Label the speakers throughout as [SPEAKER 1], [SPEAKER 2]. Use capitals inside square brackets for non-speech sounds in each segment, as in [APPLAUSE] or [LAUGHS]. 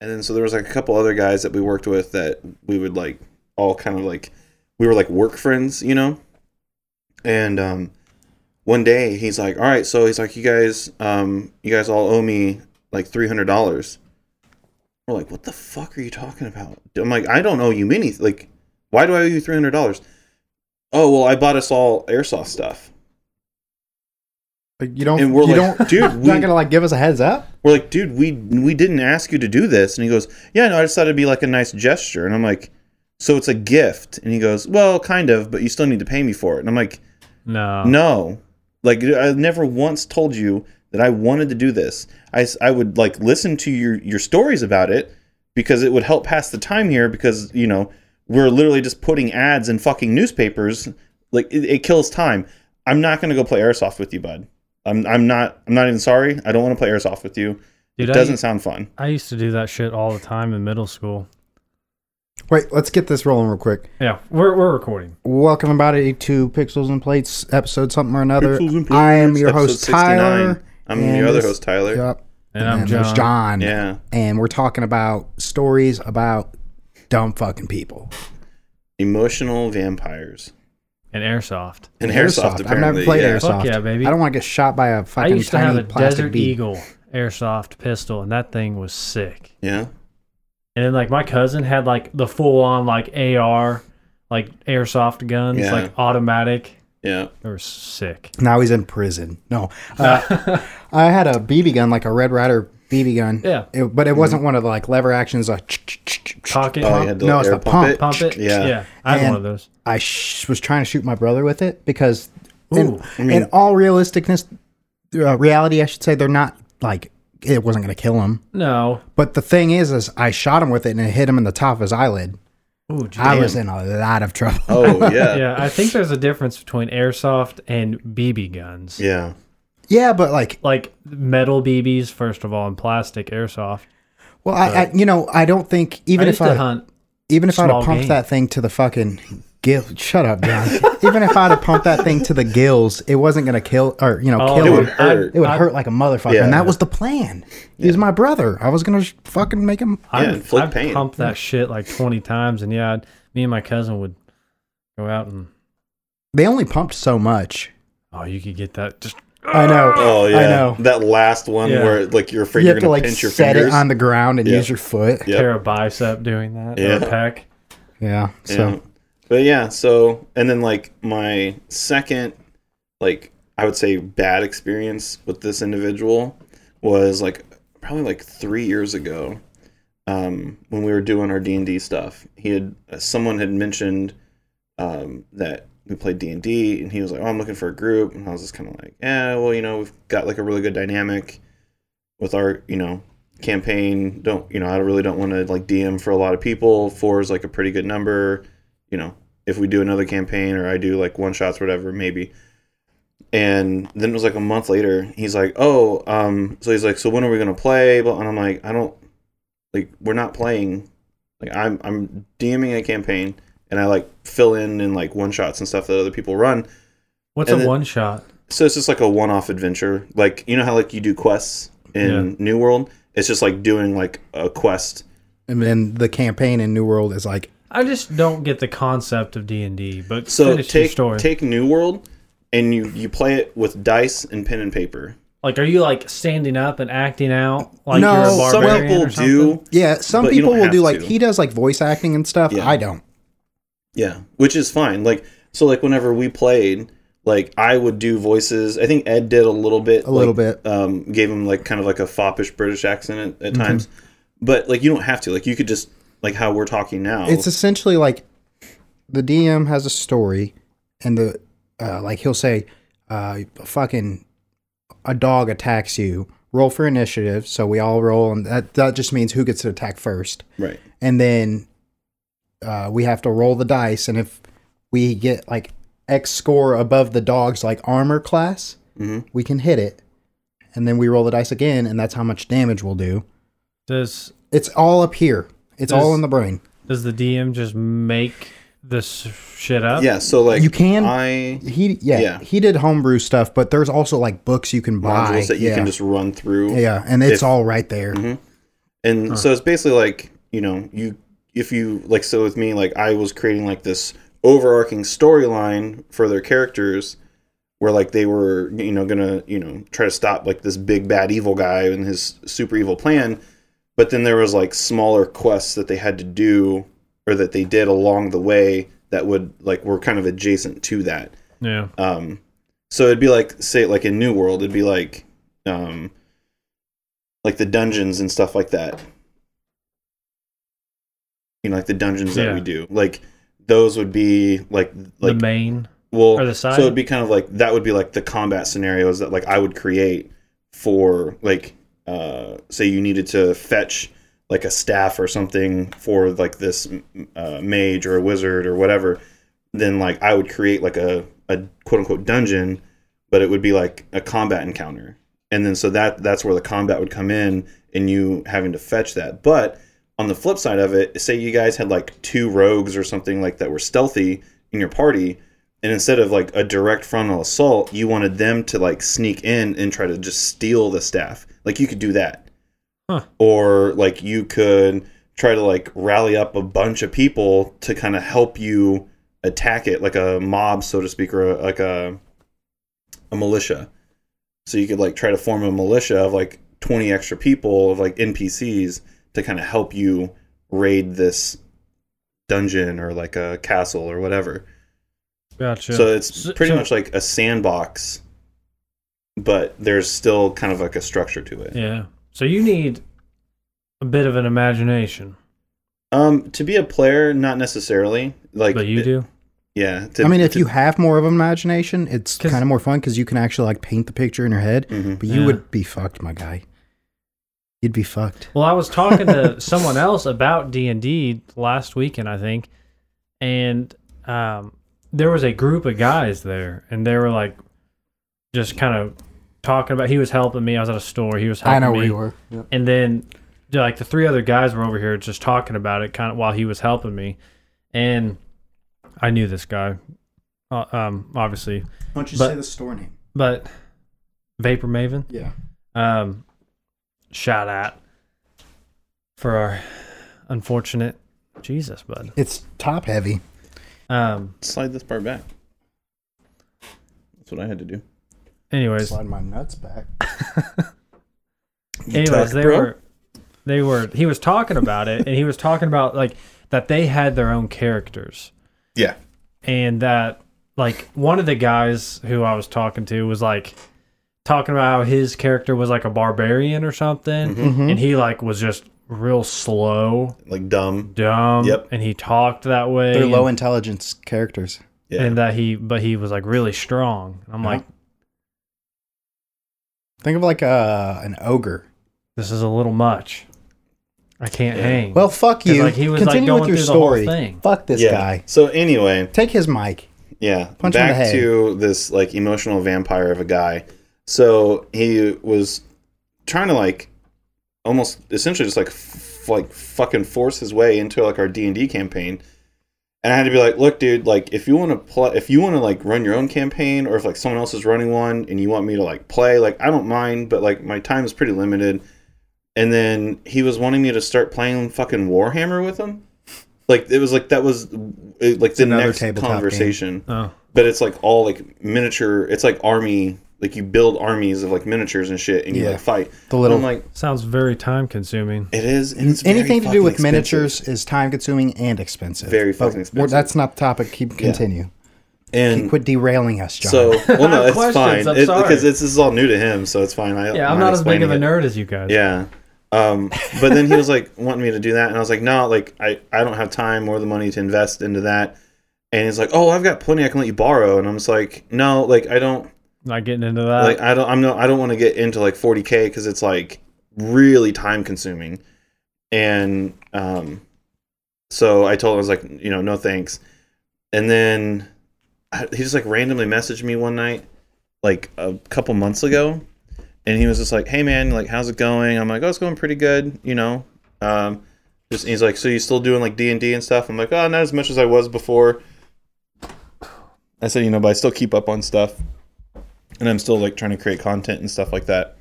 [SPEAKER 1] and then so there was like a couple other guys that we worked with that we would like all kind of like we were like work friends, you know. And um, one day he's like, "All right, so he's like, you guys, um, you guys all owe me like three hundred dollars." We're like, "What the fuck are you talking about?" I'm like, "I don't owe you many. Like, why do I owe you three hundred dollars?" Oh well, I bought us all airsoft stuff.
[SPEAKER 2] Like you don't,
[SPEAKER 1] And we're
[SPEAKER 2] you
[SPEAKER 1] like,
[SPEAKER 2] don't,
[SPEAKER 1] "Dude,
[SPEAKER 2] you're
[SPEAKER 1] we-
[SPEAKER 2] [LAUGHS] not gonna like give us a heads up.
[SPEAKER 1] We're like, dude, we we didn't ask you to do this. And he goes, yeah, no, I just thought it'd be like a nice gesture. And I'm like, so it's a gift. And he goes, well, kind of, but you still need to pay me for it. And I'm like,
[SPEAKER 3] No.
[SPEAKER 1] no, like I never once told you that I wanted to do this. I, s- I would like listen to your your stories about it because it would help pass the time here because you know we're literally just putting ads in fucking newspapers. Like it, it kills time. I'm not gonna go play airsoft with you, bud. I'm I'm not I'm not even sorry. I don't want to play airsoft with you.
[SPEAKER 3] Dude,
[SPEAKER 1] it doesn't sound fun.
[SPEAKER 3] I, I used to do that shit all the time in middle school.
[SPEAKER 2] Wait, let's get this rolling real quick.
[SPEAKER 3] Yeah, we're, we're recording.
[SPEAKER 2] Welcome everybody to Pixels and Plates episode something or another.
[SPEAKER 1] Pixels and
[SPEAKER 2] I am
[SPEAKER 1] Plates,
[SPEAKER 2] your
[SPEAKER 1] episode
[SPEAKER 2] host
[SPEAKER 1] 69.
[SPEAKER 2] Tyler.
[SPEAKER 1] I'm
[SPEAKER 2] and
[SPEAKER 1] your other
[SPEAKER 2] this-
[SPEAKER 1] host Tyler.
[SPEAKER 2] Yep.
[SPEAKER 3] And, I'm
[SPEAKER 2] there's
[SPEAKER 3] John.
[SPEAKER 2] John.
[SPEAKER 1] Yeah,
[SPEAKER 2] And we're talking about stories about dumb fucking people.
[SPEAKER 1] emotional vampires
[SPEAKER 3] And Airsoft.
[SPEAKER 1] and airsoft.
[SPEAKER 2] I've
[SPEAKER 1] apparently,
[SPEAKER 2] never played
[SPEAKER 1] yeah.
[SPEAKER 2] airsoft.
[SPEAKER 3] Fuck yeah, baby.
[SPEAKER 2] I don't want to get shot by a
[SPEAKER 3] I
[SPEAKER 2] fucking
[SPEAKER 3] used to
[SPEAKER 2] tiny
[SPEAKER 3] have a
[SPEAKER 2] plastic
[SPEAKER 3] Desert
[SPEAKER 2] bee.
[SPEAKER 3] Eagle Airsoft pistol, and that thing was sick.
[SPEAKER 1] Yeah.
[SPEAKER 3] And then like my cousin had like the full on like AR, like airsoft guns,
[SPEAKER 1] Yeah.
[SPEAKER 3] like automatic.
[SPEAKER 1] Yeah.
[SPEAKER 3] They were sick.
[SPEAKER 2] Now he's in prison. No, uh, I had a BB gun, like a Red Rider BB gun.
[SPEAKER 3] Yeah.
[SPEAKER 2] It- but it wasn't one of the like lever actions. Like, ch- ch- ch- ch- ch-
[SPEAKER 3] Cock it,
[SPEAKER 1] Oh,
[SPEAKER 3] pump,
[SPEAKER 1] you had to
[SPEAKER 2] No,
[SPEAKER 1] like,
[SPEAKER 2] it's
[SPEAKER 1] air
[SPEAKER 2] the
[SPEAKER 1] pump it.
[SPEAKER 3] pump it.
[SPEAKER 1] Yeah.
[SPEAKER 3] Yeah. I had
[SPEAKER 2] And-
[SPEAKER 3] one of those.
[SPEAKER 2] I sh- was trying to shoot my brother with it because, in,
[SPEAKER 3] Ooh.
[SPEAKER 2] in all realisticness, uh, reality, I should say, they're not like it wasn't going to kill him.
[SPEAKER 3] No.
[SPEAKER 2] But the thing is, is I shot him with it and it hit him in the top of his eyelid.
[SPEAKER 3] Ooh,
[SPEAKER 2] I
[SPEAKER 3] damn.
[SPEAKER 2] was in a lot of trouble.
[SPEAKER 1] Oh yeah.
[SPEAKER 3] yeah, I think there's a difference between airsoft and BB guns.
[SPEAKER 1] Yeah.
[SPEAKER 2] [LAUGHS] yeah, but like,
[SPEAKER 3] Like metal BBs, first of all, and plastic airsoft.
[SPEAKER 2] well, I, I, you know, I don't think even
[SPEAKER 3] I
[SPEAKER 2] if
[SPEAKER 3] used
[SPEAKER 2] I
[SPEAKER 3] to hunt.
[SPEAKER 2] Even if I'd
[SPEAKER 3] Small
[SPEAKER 2] have pumped
[SPEAKER 3] game.
[SPEAKER 2] that thing to the fucking gill, shut up, John. [LAUGHS] Even if I'd have pumped that thing to the gills, it wasn't gonna kill or you know
[SPEAKER 3] Oh,
[SPEAKER 1] It
[SPEAKER 2] kill him.
[SPEAKER 1] would hurt.
[SPEAKER 2] it would
[SPEAKER 3] I-
[SPEAKER 2] hurt like a motherfucker,
[SPEAKER 1] Yeah.
[SPEAKER 2] and that was the plan. He was my brother. I was gonna sh- fucking make him.
[SPEAKER 1] Yeah,
[SPEAKER 3] I
[SPEAKER 1] and flip
[SPEAKER 3] I
[SPEAKER 1] paint.
[SPEAKER 3] pumped that shit like 20 times, and yeah, I'd, me and my cousin would go out and
[SPEAKER 2] They only pumped so much.
[SPEAKER 3] oh, you could get that just
[SPEAKER 2] I know.
[SPEAKER 1] Oh yeah.
[SPEAKER 2] I know.
[SPEAKER 1] That last one
[SPEAKER 3] Yeah.
[SPEAKER 1] where like you're afraid
[SPEAKER 2] You
[SPEAKER 1] you are
[SPEAKER 2] have
[SPEAKER 1] gonna
[SPEAKER 2] to like
[SPEAKER 1] pinch your
[SPEAKER 2] set
[SPEAKER 1] fingers.
[SPEAKER 2] it on the ground and
[SPEAKER 1] Yeah.
[SPEAKER 2] use your foot.
[SPEAKER 1] Yep.
[SPEAKER 3] tear a bicep doing that. Yeah. Or
[SPEAKER 1] Yeah.
[SPEAKER 3] a pec.
[SPEAKER 2] Yeah. So
[SPEAKER 1] Yeah. But yeah, so and then like my second like I would say bad experience with this individual was like probably like 3 years ago um when we were doing our D&D stuff. He had uh, someone had mentioned um that we played D&D and he was like, "Oh, I'm looking for a group." And I was just kind of like, "Yeah, well, you know, we've got like a really good dynamic with our, you know, campaign don't you know i really don't want to like dm for a lot of people four is like a pretty good number you know if we do another campaign or i do like one shots whatever maybe and then it was like a month later he's like oh um so he's like so when are we gonna play But and i'm like i don't like we're not playing like i'm i'm dming a campaign and i like fill in and like one shots and stuff that other people run
[SPEAKER 3] What's
[SPEAKER 1] And
[SPEAKER 3] a
[SPEAKER 1] then-
[SPEAKER 3] one shot?
[SPEAKER 1] so it's just like a one-off adventure like you know how like you do quests in new world it's just like doing like a quest
[SPEAKER 2] and then the campaign in New World is like
[SPEAKER 3] I just don't get the concept of D and D. But
[SPEAKER 1] so
[SPEAKER 3] finish your
[SPEAKER 1] take
[SPEAKER 3] story.
[SPEAKER 1] take new world and you you play it with dice and pen and paper
[SPEAKER 3] like, are you like standing up and acting out like
[SPEAKER 2] No,
[SPEAKER 3] you're a
[SPEAKER 2] some
[SPEAKER 1] some
[SPEAKER 3] barbarian
[SPEAKER 1] people
[SPEAKER 3] or something?
[SPEAKER 1] do
[SPEAKER 2] yeah. Some
[SPEAKER 1] But you
[SPEAKER 2] people
[SPEAKER 1] don't
[SPEAKER 2] will
[SPEAKER 1] have
[SPEAKER 2] do like
[SPEAKER 1] to.
[SPEAKER 2] he does like voice acting and stuff.
[SPEAKER 1] Yeah.
[SPEAKER 2] I don't.
[SPEAKER 1] yeah which is fine like so like whenever we played like i would do voices i think ed did a little bit
[SPEAKER 2] A little bit. Mm-hmm.
[SPEAKER 1] um gave him like kind of like a foppish british accent at, at times but like you don't have to like you could just like how we're talking now
[SPEAKER 2] it's essentially like the DM has a story, and the uh, like he'll say, uh, "Fucking a dog attacks you. Roll for initiative." So we all roll, and that that just means who gets to attack first,
[SPEAKER 1] right
[SPEAKER 2] and then uh, we have to roll the dice, and if we get like X score above the dog's like armor class,
[SPEAKER 1] Mm-hmm.
[SPEAKER 2] we can hit it, and then we roll the dice again, and that's how much damage we'll do.
[SPEAKER 3] Does
[SPEAKER 2] It's all up here. It's all
[SPEAKER 3] Does-
[SPEAKER 2] in the brain.
[SPEAKER 3] does the DM just make this shit up?
[SPEAKER 1] yeah so like
[SPEAKER 2] You can-
[SPEAKER 1] i
[SPEAKER 2] He yeah,
[SPEAKER 1] Yeah.
[SPEAKER 2] he did homebrew stuff, but there's also like books you can buy
[SPEAKER 1] modules that you
[SPEAKER 2] yeah.
[SPEAKER 1] can just run through
[SPEAKER 2] yeah, and
[SPEAKER 1] if-
[SPEAKER 2] it's all right there.
[SPEAKER 1] And so it's basically like, you know, you if you like so with me, like I was creating like this overarching storyline for their characters where like they were, you know, gonna, you know, try to stop like this big bad evil guy and his super evil plan. But then there was like smaller quests that they had to do or that they did along the way that would like were kind of adjacent to that.
[SPEAKER 3] Yeah.
[SPEAKER 1] Um, so it'd be like, say, like in New World, it'd be like, um, like the dungeons and stuff like that. You know, like the dungeons that we
[SPEAKER 3] Yeah.
[SPEAKER 1] do, like those would be like like
[SPEAKER 3] the main.
[SPEAKER 1] well,
[SPEAKER 3] or the side?
[SPEAKER 1] so it'd be kind of like that would be like the combat scenarios that like I would create for like uh, say you needed to fetch like a staff or something for like this m- uh, mage or a wizard or whatever. Then like I would create like a, a quote unquote dungeon, but it would be like a combat encounter, and then so that that's where the combat would come in and you having to fetch that, but on the flip side of it, say you guys had like two rogues or something like that were stealthy in your party, and instead of like a direct frontal assault, you wanted them to like sneak in and try to just steal the staff. Like you could do that.
[SPEAKER 3] Huh.
[SPEAKER 1] Or like you could try to like rally up a bunch of people to kind of help you attack it, like a mob, so to speak, or a, like a a militia. So you could like try to form a militia of like 20 extra people of like NPCs to kind of help you raid this dungeon or like a castle or whatever.
[SPEAKER 3] Gotcha.
[SPEAKER 1] So it's
[SPEAKER 3] So-
[SPEAKER 1] pretty
[SPEAKER 3] so-
[SPEAKER 1] much like a sandbox, but there's still kind of like a structure to it.
[SPEAKER 3] yeah. So you need a bit of an imagination,
[SPEAKER 1] Um, to be a player, not necessarily. Like,
[SPEAKER 3] but you do.
[SPEAKER 1] Yeah. To,
[SPEAKER 2] I mean, if
[SPEAKER 1] to-
[SPEAKER 2] you have more of an imagination, it's
[SPEAKER 3] 'Cause-
[SPEAKER 2] kind of more fun because you can actually like paint the picture in your head.
[SPEAKER 1] Mhm.
[SPEAKER 2] But you
[SPEAKER 3] Yeah.
[SPEAKER 2] would be fucked, my guy. You'd be fucked.
[SPEAKER 3] Well, I was talking to [LAUGHS] someone else about D and D last weekend, I think, and um, there was a group of guys there, and they were like, just kind of talking about. He was helping me. I was at a store. He was helping
[SPEAKER 2] I know
[SPEAKER 3] me.
[SPEAKER 2] where you were.
[SPEAKER 3] and then yeah, like the three other guys were over here just talking about it kind of while he was helping me and i knew this guy uh, um obviously
[SPEAKER 2] Why don't you
[SPEAKER 3] But- say
[SPEAKER 2] the store name?
[SPEAKER 3] but vapor maven
[SPEAKER 2] Yeah.
[SPEAKER 3] um shout out for our unfortunate jesus bud
[SPEAKER 2] It's top heavy.
[SPEAKER 3] um
[SPEAKER 1] slide this part back. That's what I had to do.
[SPEAKER 3] anyways
[SPEAKER 2] Slide my nuts back.
[SPEAKER 3] anyways
[SPEAKER 1] tuck,
[SPEAKER 3] they
[SPEAKER 1] bro?
[SPEAKER 3] were they were he was talking about it and he was talking about like that they had their own characters
[SPEAKER 1] Yeah.
[SPEAKER 3] and that like one of the guys who I was talking to was like talking about how his character was like a barbarian or something,
[SPEAKER 2] Mm-hmm.
[SPEAKER 3] and he like was just real slow,
[SPEAKER 1] Mm-hmm. Like dumb.
[SPEAKER 3] dumb,
[SPEAKER 1] Yep.
[SPEAKER 3] and he talked that way.
[SPEAKER 2] They're
[SPEAKER 3] and,
[SPEAKER 2] low intelligence characters.
[SPEAKER 1] Yeah. Uh-huh.
[SPEAKER 3] and that he but he was like really strong. I'm
[SPEAKER 2] Yeah.
[SPEAKER 3] like,
[SPEAKER 2] Think of like uh, an ogre.
[SPEAKER 3] this is a little much. I can't
[SPEAKER 1] Yeah.
[SPEAKER 3] hang.
[SPEAKER 2] Well, fuck
[SPEAKER 3] 'Cause,
[SPEAKER 2] you.
[SPEAKER 3] like, he was, like,
[SPEAKER 2] Continue
[SPEAKER 3] going
[SPEAKER 2] with your
[SPEAKER 3] through the whole
[SPEAKER 2] story.
[SPEAKER 3] thing.
[SPEAKER 2] Fuck this
[SPEAKER 1] yeah.
[SPEAKER 2] guy.
[SPEAKER 1] So anyway,
[SPEAKER 2] Take his mic.
[SPEAKER 1] Yeah.
[SPEAKER 2] Punch him in the
[SPEAKER 1] Back
[SPEAKER 2] head.
[SPEAKER 1] to this like emotional vampire of a guy. So he was trying to like almost essentially just like f- like fucking force his way into like our D and D campaign. And I had to be like, look, dude, like if you want to play, if you want to like run your own campaign, or if like someone else is running one and you want me to like play, like I don't mind, but like my time is pretty limited. And then he was wanting me to start playing fucking Warhammer with him. Like it was like that was it, like the
[SPEAKER 2] another
[SPEAKER 1] next
[SPEAKER 2] tabletop game.
[SPEAKER 1] conversation
[SPEAKER 3] oh,
[SPEAKER 1] but it's like all like miniature it's like army like you build armies of like miniatures and shit and you
[SPEAKER 2] Yeah.
[SPEAKER 1] like fight
[SPEAKER 2] The little-
[SPEAKER 1] And i'm like
[SPEAKER 3] sounds very time consuming.
[SPEAKER 1] it is and it's very
[SPEAKER 2] Anything to do
[SPEAKER 1] fucking
[SPEAKER 2] with
[SPEAKER 1] expensive.
[SPEAKER 2] miniatures is time consuming and expensive.
[SPEAKER 1] Very
[SPEAKER 2] But
[SPEAKER 1] fucking
[SPEAKER 2] we're-
[SPEAKER 1] expensive.
[SPEAKER 2] That's not the topic. Keep continue.
[SPEAKER 1] and
[SPEAKER 2] Quit derailing us, John.
[SPEAKER 1] so well no it's
[SPEAKER 3] Questions,
[SPEAKER 1] fine
[SPEAKER 3] I'm
[SPEAKER 1] it,
[SPEAKER 3] sorry.
[SPEAKER 1] because it's, this is all new to him so it's fine I,
[SPEAKER 3] Yeah, I'm not as big of a
[SPEAKER 1] explaining it.
[SPEAKER 3] nerd as you guys.
[SPEAKER 1] yeah um but then he was like [LAUGHS] wanting me to do that and i was like no like i i don't have time or the money to invest into that and he's like oh i've got plenty i can let you borrow and i'm just like no like i don't
[SPEAKER 3] not getting into that.
[SPEAKER 1] like I don't I'm no I don't want to get into like 40k because it's like really time consuming and um so I told him I was like you know no thanks and then I, he just like randomly messaged me one night like a couple months ago and he was just like hey man like how's it going I'm like oh it's going pretty good you know um just he's like so you still doing like D&D and stuff I'm like oh not as much as I was before I said you know but I still keep up on stuff and I'm still like trying to create content and stuff like that.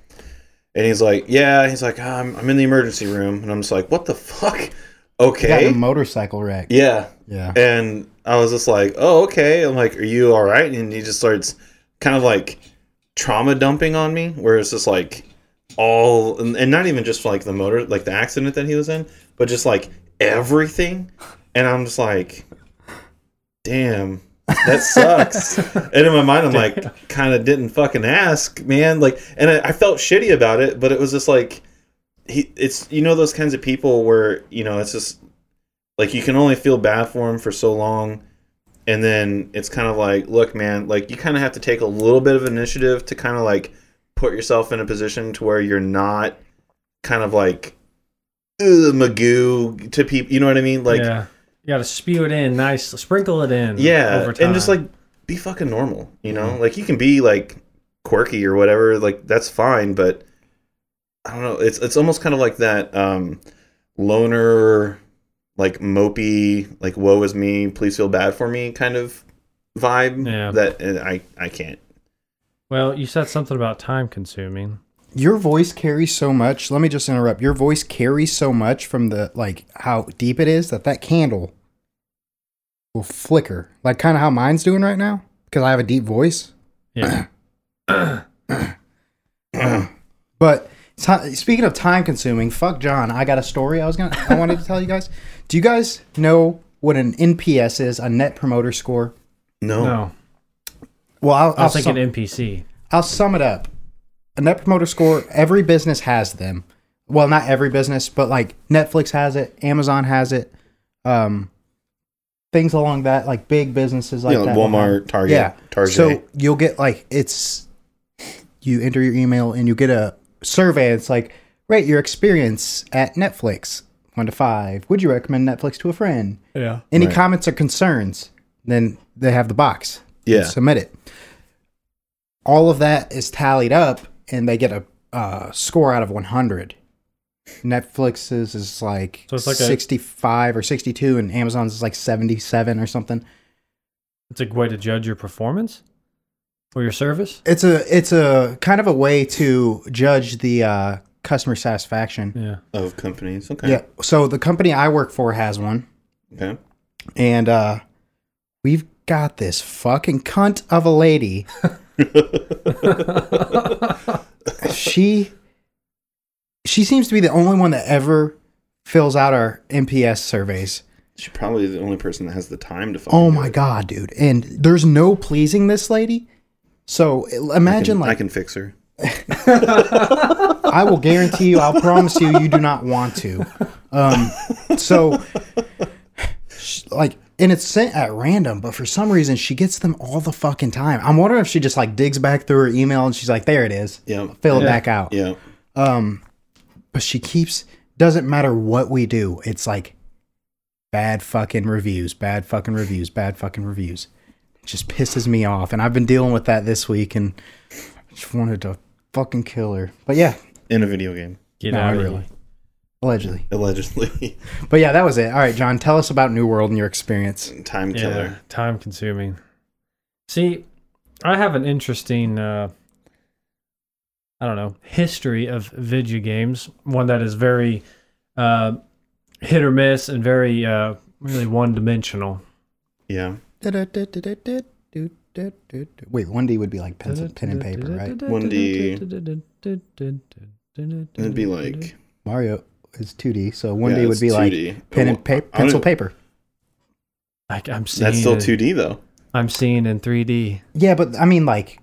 [SPEAKER 1] And he's like, yeah. He's like, "Ah, I'm, I'm in the emergency room. And I'm just like, what the fuck? [LAUGHS]
[SPEAKER 2] Got in
[SPEAKER 1] Okay.
[SPEAKER 2] a motorcycle wreck.
[SPEAKER 1] Yeah.
[SPEAKER 2] Yeah.
[SPEAKER 1] And I was just like, oh, okay. I'm like, are you all right? And he just starts kind of like trauma dumping on me, where it's just like all, and and not even just like the motor, like the accident that he was in, but just like everything. And I'm just like, damn, that sucks. and in my mind, I'm like, kind of didn't fucking ask, man. Like, and I, I felt shitty about it, but it was just like, he, it's, you know, those kinds of people where, you know, it's just, like you can only feel bad for him for so long and then it's kind of like look man like you kind of have to take a little bit of initiative to kind of like put yourself in a position to where you're not kind of like Ugh, magoo to people you know what i mean like yeah,
[SPEAKER 3] yeah. You got to spew it in, nice, sprinkle it in. over time. Mm-hmm.
[SPEAKER 1] and just like be fucking normal you know like you can be like quirky or whatever like that's fine but i don't know it's it's almost kind of like that um loner like mopey like woe is me please feel bad for me kind of vibe
[SPEAKER 3] Yeah.
[SPEAKER 1] that and i i can't
[SPEAKER 3] well, you said something about time consuming.
[SPEAKER 2] Your voice carries so much. Let me just interrupt. Your voice carries so much from the like how deep it is that that candle will flicker, like kind of how mine's doing right now because I have a deep voice.
[SPEAKER 1] [CLEARS THROAT]
[SPEAKER 3] Yeah.
[SPEAKER 2] But ti- speaking of time consuming, fuck John. I got a story I was gonna I wanted to tell you guys. Do you guys know what an NPS is? A Net Promoter Score.
[SPEAKER 1] no,
[SPEAKER 3] no,
[SPEAKER 2] Well, I'll,
[SPEAKER 3] I
[SPEAKER 2] I'll,
[SPEAKER 3] was thinking
[SPEAKER 2] sum,
[SPEAKER 3] NPC.
[SPEAKER 2] I'll sum it up. A Net Promoter Score. Every business has them. Well, not every business, but like Netflix has it, Amazon has it, um, things along that, like big businesses like
[SPEAKER 1] you know,
[SPEAKER 2] that.
[SPEAKER 1] walmart target
[SPEAKER 2] yeah.
[SPEAKER 1] target
[SPEAKER 2] So you'll get like it's you enter your email and you get a survey. It's like rate your experience at Netflix one to five. Would you recommend Netflix to a friend?
[SPEAKER 3] Yeah.
[SPEAKER 2] Any comments or concerns? Then they have the box.
[SPEAKER 1] Yeah.
[SPEAKER 2] submit it. All of that is tallied up, and they get a uh, score out of one hundred. Netflix's is like,
[SPEAKER 3] So it's like a-
[SPEAKER 2] sixty-five or sixty-two, and Amazon's is like seventy-seven or something.
[SPEAKER 3] It's a way to judge your performance or your service.
[SPEAKER 2] it's a it's a kind of a way to judge the uh, customer satisfaction.
[SPEAKER 3] Yeah.
[SPEAKER 1] of companies okay
[SPEAKER 2] Yeah. So the company I work for has one,
[SPEAKER 1] okay
[SPEAKER 2] and uh, we've got this fucking cunt of a lady. she she seems to be the only one that ever fills out our NPS surveys.
[SPEAKER 1] she's probably the only person that has the time to fucking
[SPEAKER 2] Oh
[SPEAKER 1] do
[SPEAKER 2] my
[SPEAKER 1] it.
[SPEAKER 2] god, dude! And there's no pleasing this lady. So
[SPEAKER 1] I
[SPEAKER 2] imagine
[SPEAKER 1] can,
[SPEAKER 2] like
[SPEAKER 1] I can fix her
[SPEAKER 2] I will guarantee you. I'll promise you. You do not want to. Um, so, sh- like, and it's sent at random, but for some reason she gets them all the fucking time. I'm wondering if she just like digs back through her email and she's like, "There it is."
[SPEAKER 1] yeah
[SPEAKER 2] Fill it
[SPEAKER 3] Yeah.
[SPEAKER 2] back out.
[SPEAKER 1] yeah
[SPEAKER 2] Um, but she keeps. Doesn't matter what we do. It's like bad fucking reviews, bad fucking reviews, bad fucking reviews. It just pisses me off, and I've been dealing with that this week, and just wanted to fucking kill her. But yeah,
[SPEAKER 1] in a video game
[SPEAKER 3] Get
[SPEAKER 2] No,
[SPEAKER 3] out of
[SPEAKER 2] really.
[SPEAKER 3] here.
[SPEAKER 2] allegedly.
[SPEAKER 1] allegedly [LAUGHS]
[SPEAKER 2] But yeah, that was it. All right, John, tell us about New World and your experience.
[SPEAKER 1] time killer
[SPEAKER 3] Yeah, time consuming. See, I have an interesting, uh, I don't know, history of video games. One that is very uh, hit or miss and very uh, really one dimensional.
[SPEAKER 1] yeah.
[SPEAKER 2] Wait, one D would be like pencil, pen and paper, right?
[SPEAKER 1] One D. It'd be
[SPEAKER 3] Mm-hmm.
[SPEAKER 1] like
[SPEAKER 2] Mario is two D, so one
[SPEAKER 1] Yeah,
[SPEAKER 2] D would
[SPEAKER 1] it's
[SPEAKER 2] be like
[SPEAKER 1] 2D.
[SPEAKER 2] pen and
[SPEAKER 1] I
[SPEAKER 2] pa-
[SPEAKER 1] don't
[SPEAKER 2] pencil
[SPEAKER 1] even-
[SPEAKER 2] paper.
[SPEAKER 3] Like, I'm seeing.
[SPEAKER 1] That's still
[SPEAKER 3] in-
[SPEAKER 1] 2D though.
[SPEAKER 3] I'm seeing in 3D.
[SPEAKER 2] Yeah, but I mean, like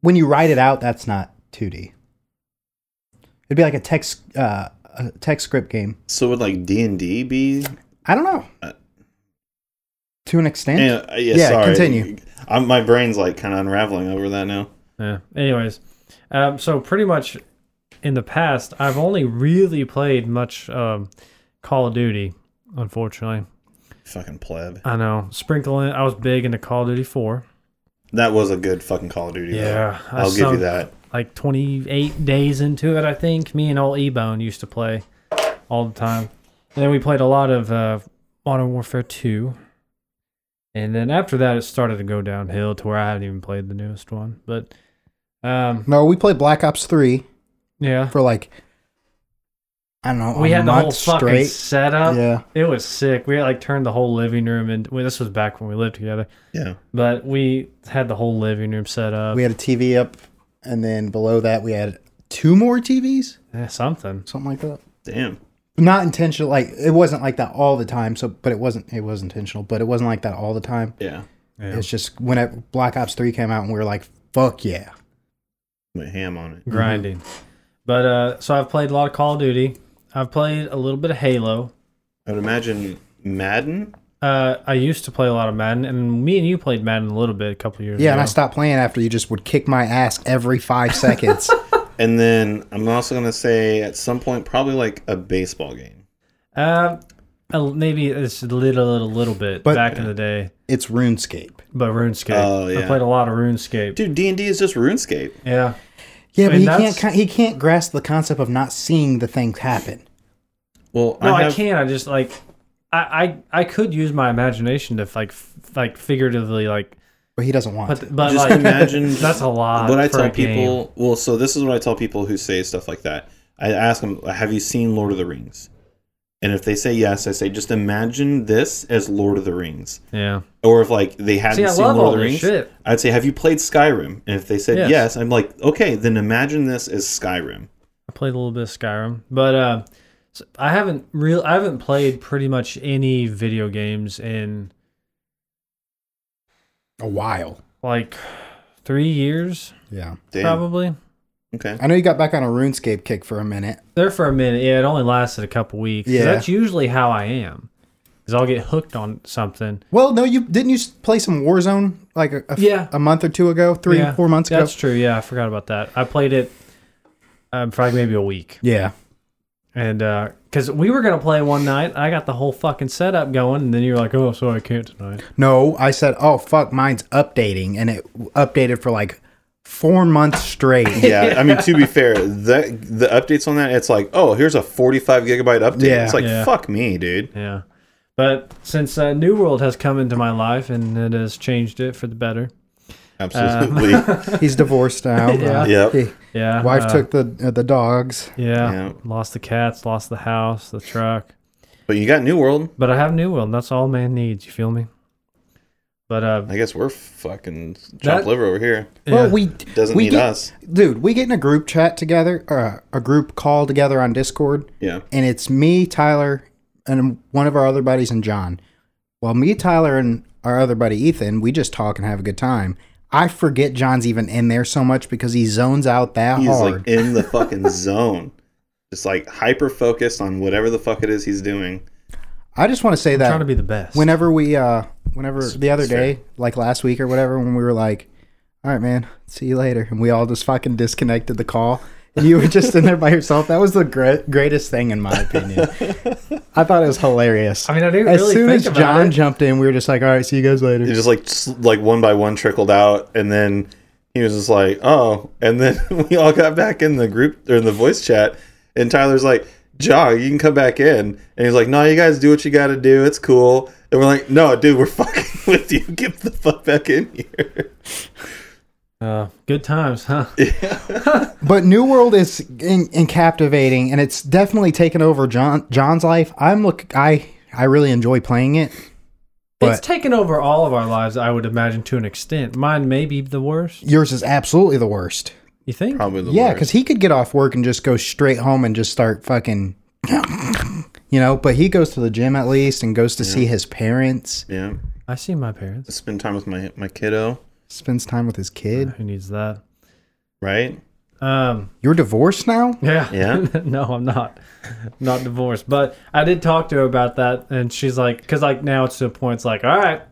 [SPEAKER 2] when you write it out, that's not two D. It'd be like a text, uh, a text script game.
[SPEAKER 1] So would like D and D be?
[SPEAKER 2] I don't know.
[SPEAKER 1] Uh,
[SPEAKER 2] to an extent,
[SPEAKER 1] Eh, uh, yeah,
[SPEAKER 2] Yeah,
[SPEAKER 1] sorry.
[SPEAKER 2] continue.
[SPEAKER 1] I'm, my brain's like kind of unraveling over that now.
[SPEAKER 3] Yeah. Anyways, um, so pretty much in the past, I've only really played much um, Call of Duty. Unfortunately,
[SPEAKER 1] Fucking pleb.
[SPEAKER 3] I know sprinkling. I was big into Call of Duty Four.
[SPEAKER 1] That was a good fucking Call of Duty. though.
[SPEAKER 3] Yeah, I
[SPEAKER 1] I'll give you
[SPEAKER 3] sunk
[SPEAKER 1] that.
[SPEAKER 3] Like 28 days into it, I think me and old Ebone used to play all the time. And then we played a lot of uh, Modern Warfare Two. And then after that, it started to go downhill to where I haven't even played the newest one. But um,
[SPEAKER 2] no, we played Black Ops Three.
[SPEAKER 3] Yeah.
[SPEAKER 2] for like I don't know.
[SPEAKER 3] We
[SPEAKER 2] a
[SPEAKER 3] had the
[SPEAKER 2] month
[SPEAKER 3] whole fucking
[SPEAKER 2] straight.
[SPEAKER 3] setup.
[SPEAKER 2] Yeah,
[SPEAKER 3] It was sick. We had like turned the whole living room and well, this was back when we lived together,
[SPEAKER 1] Yeah.
[SPEAKER 3] but we had the whole living room set up.
[SPEAKER 2] we had a TV up, and then below that we had two more TVs,
[SPEAKER 3] Yeah, something.
[SPEAKER 2] something like that.
[SPEAKER 1] Damn.
[SPEAKER 2] Not intentional. Like it wasn't like that all the time. So, but it wasn't. It was intentional, but it wasn't like that all the time.
[SPEAKER 1] Yeah.
[SPEAKER 3] Yeah.
[SPEAKER 2] It's just when it, Black Ops Three came out, and we were like, "Fuck yeah!"
[SPEAKER 1] Went ham on it.
[SPEAKER 3] grinding. But uh, so I've played a lot of Call of Duty. I've played a little bit of Halo.
[SPEAKER 1] I would imagine Madden.
[SPEAKER 3] Uh, I used to play a lot of Madden, and me and you played Madden a little bit a couple years
[SPEAKER 2] Yeah,
[SPEAKER 3] ago.
[SPEAKER 2] and I stopped playing after you just would kick my ass every five
[SPEAKER 3] [LAUGHS]
[SPEAKER 2] seconds.
[SPEAKER 1] And then I'm also gonna say at some point probably like a baseball game.
[SPEAKER 3] Uh, a- maybe it's a little, little, little bit
[SPEAKER 2] But-
[SPEAKER 3] back in the day.
[SPEAKER 2] it's RuneScape.
[SPEAKER 3] But RuneScape.
[SPEAKER 1] Oh,
[SPEAKER 3] I
[SPEAKER 1] yeah.
[SPEAKER 3] played a lot of RuneScape.
[SPEAKER 1] Dude, D and D is just RuneScape.
[SPEAKER 3] Yeah.
[SPEAKER 2] Yeah,
[SPEAKER 3] mean,
[SPEAKER 2] but he
[SPEAKER 3] that's-
[SPEAKER 2] can't. He can't grasp the concept of not seeing the things happen.
[SPEAKER 1] Well,
[SPEAKER 3] No,
[SPEAKER 1] I,
[SPEAKER 3] I,
[SPEAKER 1] have,
[SPEAKER 3] can't. I just like, I, I, I could use my imagination to like, f- like figuratively like,
[SPEAKER 2] But he doesn't want to.
[SPEAKER 3] but, but
[SPEAKER 1] Just
[SPEAKER 3] like,
[SPEAKER 1] imagine
[SPEAKER 3] [LAUGHS] that's a lot.
[SPEAKER 1] what I
[SPEAKER 3] for
[SPEAKER 1] tell
[SPEAKER 3] a game.
[SPEAKER 1] people. Well, so this is what I tell people who say stuff like that. I ask them, "Have you seen Lord of the Rings?" And if they say yes, I say, "Just imagine this as Lord of the Rings."
[SPEAKER 3] Yeah.
[SPEAKER 1] Or if like they hadn't
[SPEAKER 3] See, I
[SPEAKER 1] seen
[SPEAKER 3] love
[SPEAKER 1] Lord
[SPEAKER 3] all
[SPEAKER 1] of the Rings,
[SPEAKER 3] this shit.
[SPEAKER 1] I'd say, "Have you played Skyrim?" And if they said
[SPEAKER 3] Yes.
[SPEAKER 1] yes, I'm like, "Okay, then imagine this as Skyrim."
[SPEAKER 3] I played a little bit of Skyrim, but uh, s- I haven't real I haven't played pretty much any video games in
[SPEAKER 2] A while.
[SPEAKER 3] like three years,
[SPEAKER 2] Yeah.
[SPEAKER 1] Damn.
[SPEAKER 3] probably.
[SPEAKER 1] Okay.
[SPEAKER 2] I know you got back on a RuneScape kick for a minute.
[SPEAKER 3] There for a minute. Yeah, it only lasted a couple weeks. 'Cause
[SPEAKER 2] Yeah.
[SPEAKER 3] that's usually how I am. Is I'll get hooked on something.
[SPEAKER 2] Well, no, you didn't. You s- play some Warzone like a, a f-
[SPEAKER 3] Yeah.
[SPEAKER 2] a month or two ago, three
[SPEAKER 3] Yeah,
[SPEAKER 2] four months ago.
[SPEAKER 3] That's true. Yeah, I forgot about that. I played it um, for like maybe a week,
[SPEAKER 2] yeah,
[SPEAKER 3] and because we were gonna play one night, I got the whole fucking setup going, and then you're like, "Oh, sorry, I can't tonight."
[SPEAKER 2] no, I said, oh fuck, mine's updating, and it w- updated for like four months
[SPEAKER 3] [LAUGHS]
[SPEAKER 2] straight.
[SPEAKER 1] yeah, I mean to be fair, that the updates on that, it's like, oh, here's a 45 gigabyte update.
[SPEAKER 2] Yeah.
[SPEAKER 1] it's like,
[SPEAKER 3] Yeah.
[SPEAKER 1] fuck me, dude.
[SPEAKER 3] Yeah. But since uh, New World has come into my life and it has changed it for the better.
[SPEAKER 1] Absolutely.
[SPEAKER 3] Uh, [LAUGHS]
[SPEAKER 2] He's divorced now.
[SPEAKER 3] Yeah.
[SPEAKER 1] Yep.
[SPEAKER 2] he-
[SPEAKER 3] Yeah.
[SPEAKER 2] wife
[SPEAKER 3] uh,
[SPEAKER 2] took the uh, the dogs.
[SPEAKER 3] Yeah,
[SPEAKER 1] Yeah.
[SPEAKER 3] Lost the cats, lost the house, the truck.
[SPEAKER 1] but you got New World.
[SPEAKER 3] But I have New World. And that's all man needs. You feel me? But uh,
[SPEAKER 1] I guess we're fucking chopped
[SPEAKER 3] That-
[SPEAKER 1] liver over here.
[SPEAKER 2] Well,
[SPEAKER 3] yeah.
[SPEAKER 2] we
[SPEAKER 1] Doesn't
[SPEAKER 2] we
[SPEAKER 1] need
[SPEAKER 2] get-
[SPEAKER 1] us.
[SPEAKER 2] dude. We get in a group chat together, uh, a group call together on Discord,
[SPEAKER 1] Yeah.
[SPEAKER 2] and it's me, Tyler, and one of our other buddies, and John. Well, me, Tyler, and our other buddy Ethan, we just talk and have a good time. I forget John's even in there so much because he zones out that
[SPEAKER 1] He's
[SPEAKER 2] hard.
[SPEAKER 1] like in the
[SPEAKER 2] [LAUGHS]
[SPEAKER 1] fucking zone. Just like hyper focused on whatever the fuck it is he's doing.
[SPEAKER 2] I just want to say
[SPEAKER 3] I'm trying to
[SPEAKER 2] that
[SPEAKER 3] be the best.
[SPEAKER 2] whenever we, uh, whenever the other
[SPEAKER 1] it's fair.
[SPEAKER 2] day, like last week or whatever, when we were like, "All right, man, see you later," and we all just fucking disconnected the call. And you were just in there by yourself. That was the gre- greatest thing, in my
[SPEAKER 3] [LAUGHS]
[SPEAKER 2] opinion. I thought it was hilarious.
[SPEAKER 3] I mean, I didn't
[SPEAKER 2] as
[SPEAKER 3] really
[SPEAKER 2] soon
[SPEAKER 3] think
[SPEAKER 2] as
[SPEAKER 3] about
[SPEAKER 2] John
[SPEAKER 3] it.
[SPEAKER 2] jumped in, we were just like, "All right, see you guys later."
[SPEAKER 1] It just like s- like one by one trickled out, and then he was just like, "Oh," and then [LAUGHS] we all got back in the group or in the voice chat, and Tyler's like, "John, you can come back in," and he's like, "No, you guys do what you got to do. It's cool." And we're like, "No, dude, we're [LAUGHS] fucking with you. Get the fuck back in here."
[SPEAKER 3] uh, good times, huh?
[SPEAKER 2] But New World is in, in captivating, and it's definitely taken over John John's life. I'm look, I I really enjoy playing it.
[SPEAKER 3] it's
[SPEAKER 2] But-
[SPEAKER 3] taken over all of our lives, I would imagine, to an extent. Mine may be the worst.
[SPEAKER 2] Yours is absolutely the worst.
[SPEAKER 3] You think?
[SPEAKER 1] Probably the
[SPEAKER 2] Yeah,
[SPEAKER 1] worst.
[SPEAKER 2] because he could get off work and just go straight home and just start fucking, [LAUGHS] you know. But he goes to the gym at least and goes to see his parents,
[SPEAKER 1] yeah,
[SPEAKER 3] I see my parents.
[SPEAKER 1] spend time with my my kiddo,
[SPEAKER 2] spends time with his kid.
[SPEAKER 3] Who needs that?
[SPEAKER 1] right?
[SPEAKER 3] Um,
[SPEAKER 2] You're divorced now.
[SPEAKER 3] Yeah.
[SPEAKER 1] Yeah.
[SPEAKER 3] [LAUGHS] no, I'm not. Not divorced. But I did talk to her about that, and she's like, because like now it's to a point. It's like, all right,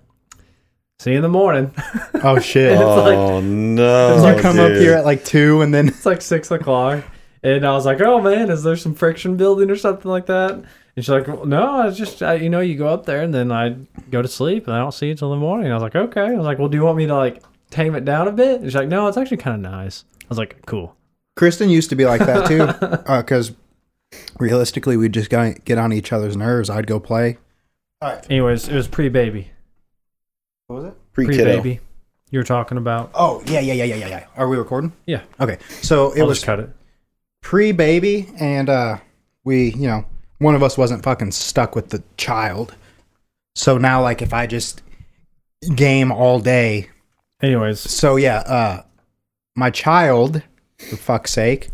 [SPEAKER 3] see you in the morning.
[SPEAKER 2] Oh [LAUGHS] shit!
[SPEAKER 3] It's like-
[SPEAKER 1] oh no!
[SPEAKER 2] you come up
[SPEAKER 1] dude.
[SPEAKER 2] here at like two, and [LAUGHS] then
[SPEAKER 3] it's like six o'clock, and I was like, oh man, is there some friction building or something like that? And she's like, well, no, it's just I, you know, you go up there, and then I go to sleep, and I don't see you till the morning. I was like, okay. I was like, well, do you want me to like tame it down a bit? And she's like, no, it's actually kind of nice. I was like, cool.
[SPEAKER 2] Kristen used to be like that [LAUGHS] too, because realistically, we just got, get on each other's nerves. I'd go play.
[SPEAKER 3] Anyways, it was pre baby,
[SPEAKER 2] What was it?
[SPEAKER 1] pre
[SPEAKER 3] pre
[SPEAKER 1] kiddo.
[SPEAKER 3] baby. You were talking about.
[SPEAKER 2] Oh yeah, yeah, yeah, yeah, yeah, yeah. Are we recording?
[SPEAKER 3] Yeah.
[SPEAKER 2] Okay, so it
[SPEAKER 3] I'll
[SPEAKER 2] was
[SPEAKER 3] just cut it.
[SPEAKER 2] pre baby, and uh, we, you know, one of us wasn't fucking stuck with the child. So now, like, if I just game all day,
[SPEAKER 3] Anyways,
[SPEAKER 2] so yeah, uh, my child, for fuck's sake,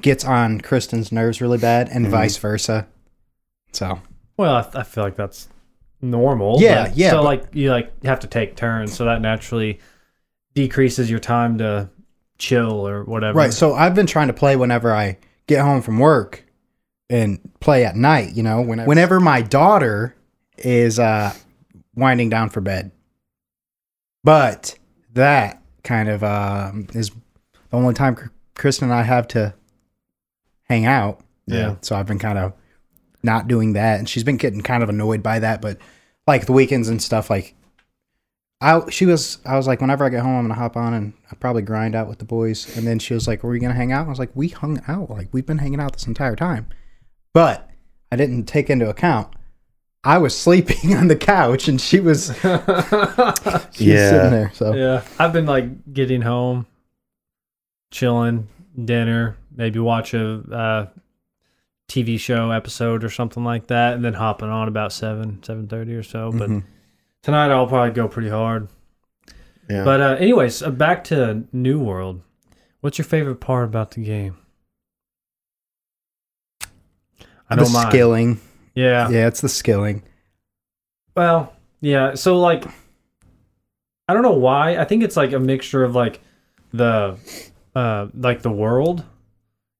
[SPEAKER 2] gets on Kristen's nerves really bad, and vice versa. So
[SPEAKER 3] well, I, I feel like that's normal.
[SPEAKER 2] Yeah,
[SPEAKER 3] but-
[SPEAKER 2] yeah,
[SPEAKER 3] So
[SPEAKER 2] but-
[SPEAKER 3] like you like have to take turns, so that naturally decreases your time to chill or whatever.
[SPEAKER 2] Right. So I've been trying to play whenever I get home from work and play at night, you know, whenever, whenever my daughter is uh, winding down for bed. But that kind of um, is the only time Kr- Kristen and I have to hang out.
[SPEAKER 3] Yeah.
[SPEAKER 2] So I've been kind of not doing that. And she's been getting kind of annoyed by that. But like the weekends and stuff, like I she was I was like, whenever I get home, I'm gonna hop on and I probably grind out with the boys. And then she was like, "Were we gonna hang out?" I was like, "We hung out. Like we've been hanging out this entire time." But I didn't take into account I was sleeping [LAUGHS] on the couch and she was, [LAUGHS] she was
[SPEAKER 1] Yeah.
[SPEAKER 2] sitting there. So
[SPEAKER 3] Yeah, I've been like getting home, chilling, dinner, maybe watch a uh, TV show episode or something like that, and then hopping on about seven seven thirty or so. But tonight I'll probably go pretty hard.
[SPEAKER 1] Yeah.
[SPEAKER 3] But uh, anyways, uh, back to New World. What's your favorite part about the game?
[SPEAKER 2] the
[SPEAKER 3] I don't mind.
[SPEAKER 2] skilling.
[SPEAKER 3] Yeah.
[SPEAKER 2] Yeah, it's the skilling.
[SPEAKER 3] Well, yeah. So like, I don't know why. I think it's like a mixture of like the, uh, like the world.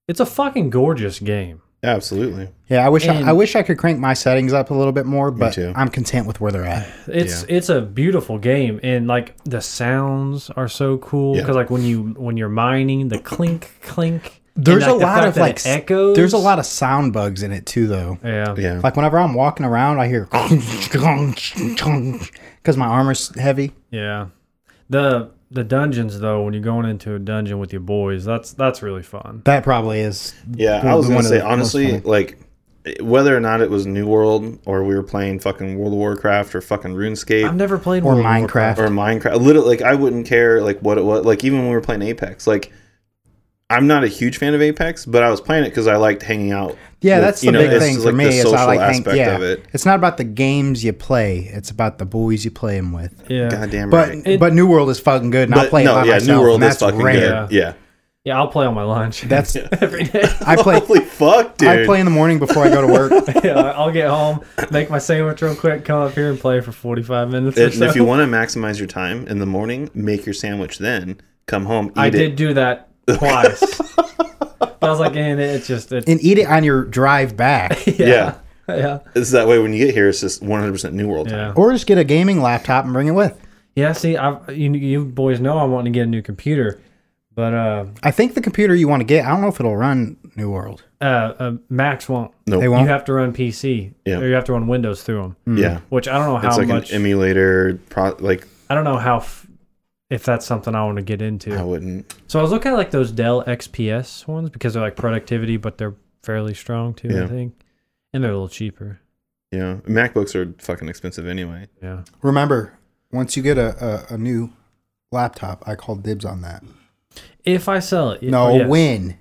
[SPEAKER 3] It's a fucking gorgeous game.
[SPEAKER 1] Absolutely.
[SPEAKER 2] Yeah, I wish I,
[SPEAKER 3] And-
[SPEAKER 2] I wish I could crank my settings up a little bit more, but
[SPEAKER 1] too.
[SPEAKER 2] I'm content with where they're at.
[SPEAKER 3] It's it's a beautiful game, and like the sounds are so cool because
[SPEAKER 1] Yeah.
[SPEAKER 3] like when you when you're mining, the clink clink. and,
[SPEAKER 2] There's a
[SPEAKER 3] the
[SPEAKER 2] lot
[SPEAKER 3] fact
[SPEAKER 2] of
[SPEAKER 3] that it
[SPEAKER 2] like s-
[SPEAKER 3] echoes.
[SPEAKER 2] There's a lot of sound bugs in it too, though.
[SPEAKER 3] Yeah.
[SPEAKER 1] Yeah.
[SPEAKER 2] Like whenever I'm walking around, I hear [LAUGHS] because my armor's heavy.
[SPEAKER 3] Yeah. The the dungeons though, when you're going into a dungeon with your boys, that's that's really fun.
[SPEAKER 2] That probably is.
[SPEAKER 1] Yeah, I
[SPEAKER 2] Well,
[SPEAKER 1] was
[SPEAKER 2] one
[SPEAKER 1] gonna say
[SPEAKER 2] of the most
[SPEAKER 1] honestly,
[SPEAKER 2] fun.
[SPEAKER 1] like whether or not it was New World or we were playing fucking World of Warcraft or fucking RuneScape
[SPEAKER 3] I've never played
[SPEAKER 2] Or
[SPEAKER 3] World of Warcraft.
[SPEAKER 2] Minecraft.
[SPEAKER 1] or Minecraft, literally, like I wouldn't care like what it was. Like even when we were playing Apex, like I'm not a huge fan of Apex, but I was playing it because I liked hanging out.
[SPEAKER 2] Yeah,
[SPEAKER 1] with-
[SPEAKER 2] that's the
[SPEAKER 1] you know,
[SPEAKER 2] big
[SPEAKER 1] it's
[SPEAKER 2] thing for
[SPEAKER 1] like the
[SPEAKER 2] me. Is I
[SPEAKER 1] social
[SPEAKER 2] like hang,
[SPEAKER 1] aspect
[SPEAKER 2] yeah,
[SPEAKER 1] of it.
[SPEAKER 2] it's not about the games you play; it's about the boys you play them with.
[SPEAKER 3] Yeah.
[SPEAKER 1] Goddamn
[SPEAKER 2] But
[SPEAKER 1] right.
[SPEAKER 3] It-
[SPEAKER 2] but New World is fucking good, and I
[SPEAKER 1] But
[SPEAKER 2] play it by myself. and that's rare.
[SPEAKER 1] good. Yeah. [LAUGHS]
[SPEAKER 3] Yeah, I'll play on my lunch.
[SPEAKER 2] That's
[SPEAKER 3] every day.
[SPEAKER 2] I play.
[SPEAKER 1] Holy fuck, dude.
[SPEAKER 2] I play in the morning before I go to
[SPEAKER 1] [LAUGHS]
[SPEAKER 2] work.
[SPEAKER 3] [LAUGHS] yeah, I'll get home, make my sandwich real quick, come up here and play for 45 minutes or
[SPEAKER 1] And
[SPEAKER 3] so.
[SPEAKER 1] if you want to maximize your time in the morning, make your sandwich then. Come home, eat
[SPEAKER 3] I
[SPEAKER 1] it.
[SPEAKER 3] did do that twice. But I was like, and it's just, it,
[SPEAKER 2] and eat it on your drive
[SPEAKER 1] [LAUGHS]
[SPEAKER 2] back,
[SPEAKER 1] Yeah.
[SPEAKER 3] yeah, yeah,
[SPEAKER 1] It's that way when you get here, it's just 100% New World time.
[SPEAKER 3] yeah.
[SPEAKER 2] or just get a gaming laptop and bring it with.
[SPEAKER 3] Yeah, see, I you, you boys know I'm wanting to get a new computer, but uh,
[SPEAKER 2] I think the computer you want to get, I don't know if it'll run New World.
[SPEAKER 3] uh, uh Max won't.
[SPEAKER 1] No.
[SPEAKER 2] They
[SPEAKER 3] You
[SPEAKER 2] won't.
[SPEAKER 3] have to run PC,
[SPEAKER 1] Yeah.
[SPEAKER 3] or you have to run Windows through them.
[SPEAKER 1] Yeah.
[SPEAKER 3] Which I don't know how
[SPEAKER 1] It's like
[SPEAKER 3] much.
[SPEAKER 1] an emulator, pro- like,
[SPEAKER 3] I don't know how. F- if that's something I want to get into.
[SPEAKER 1] I wouldn't.
[SPEAKER 3] So I was looking at like those Dell XPS ones because they're like productivity, but they're fairly strong too, I
[SPEAKER 1] Yeah.
[SPEAKER 3] think. And they're a little cheaper.
[SPEAKER 1] Yeah. MacBooks are fucking expensive anyway.
[SPEAKER 3] Yeah.
[SPEAKER 2] Remember, once you get a, a, a new laptop, I call dibs on that.
[SPEAKER 3] If I sell it. y-
[SPEAKER 1] Oh,
[SPEAKER 2] No,
[SPEAKER 3] yes.
[SPEAKER 2] win.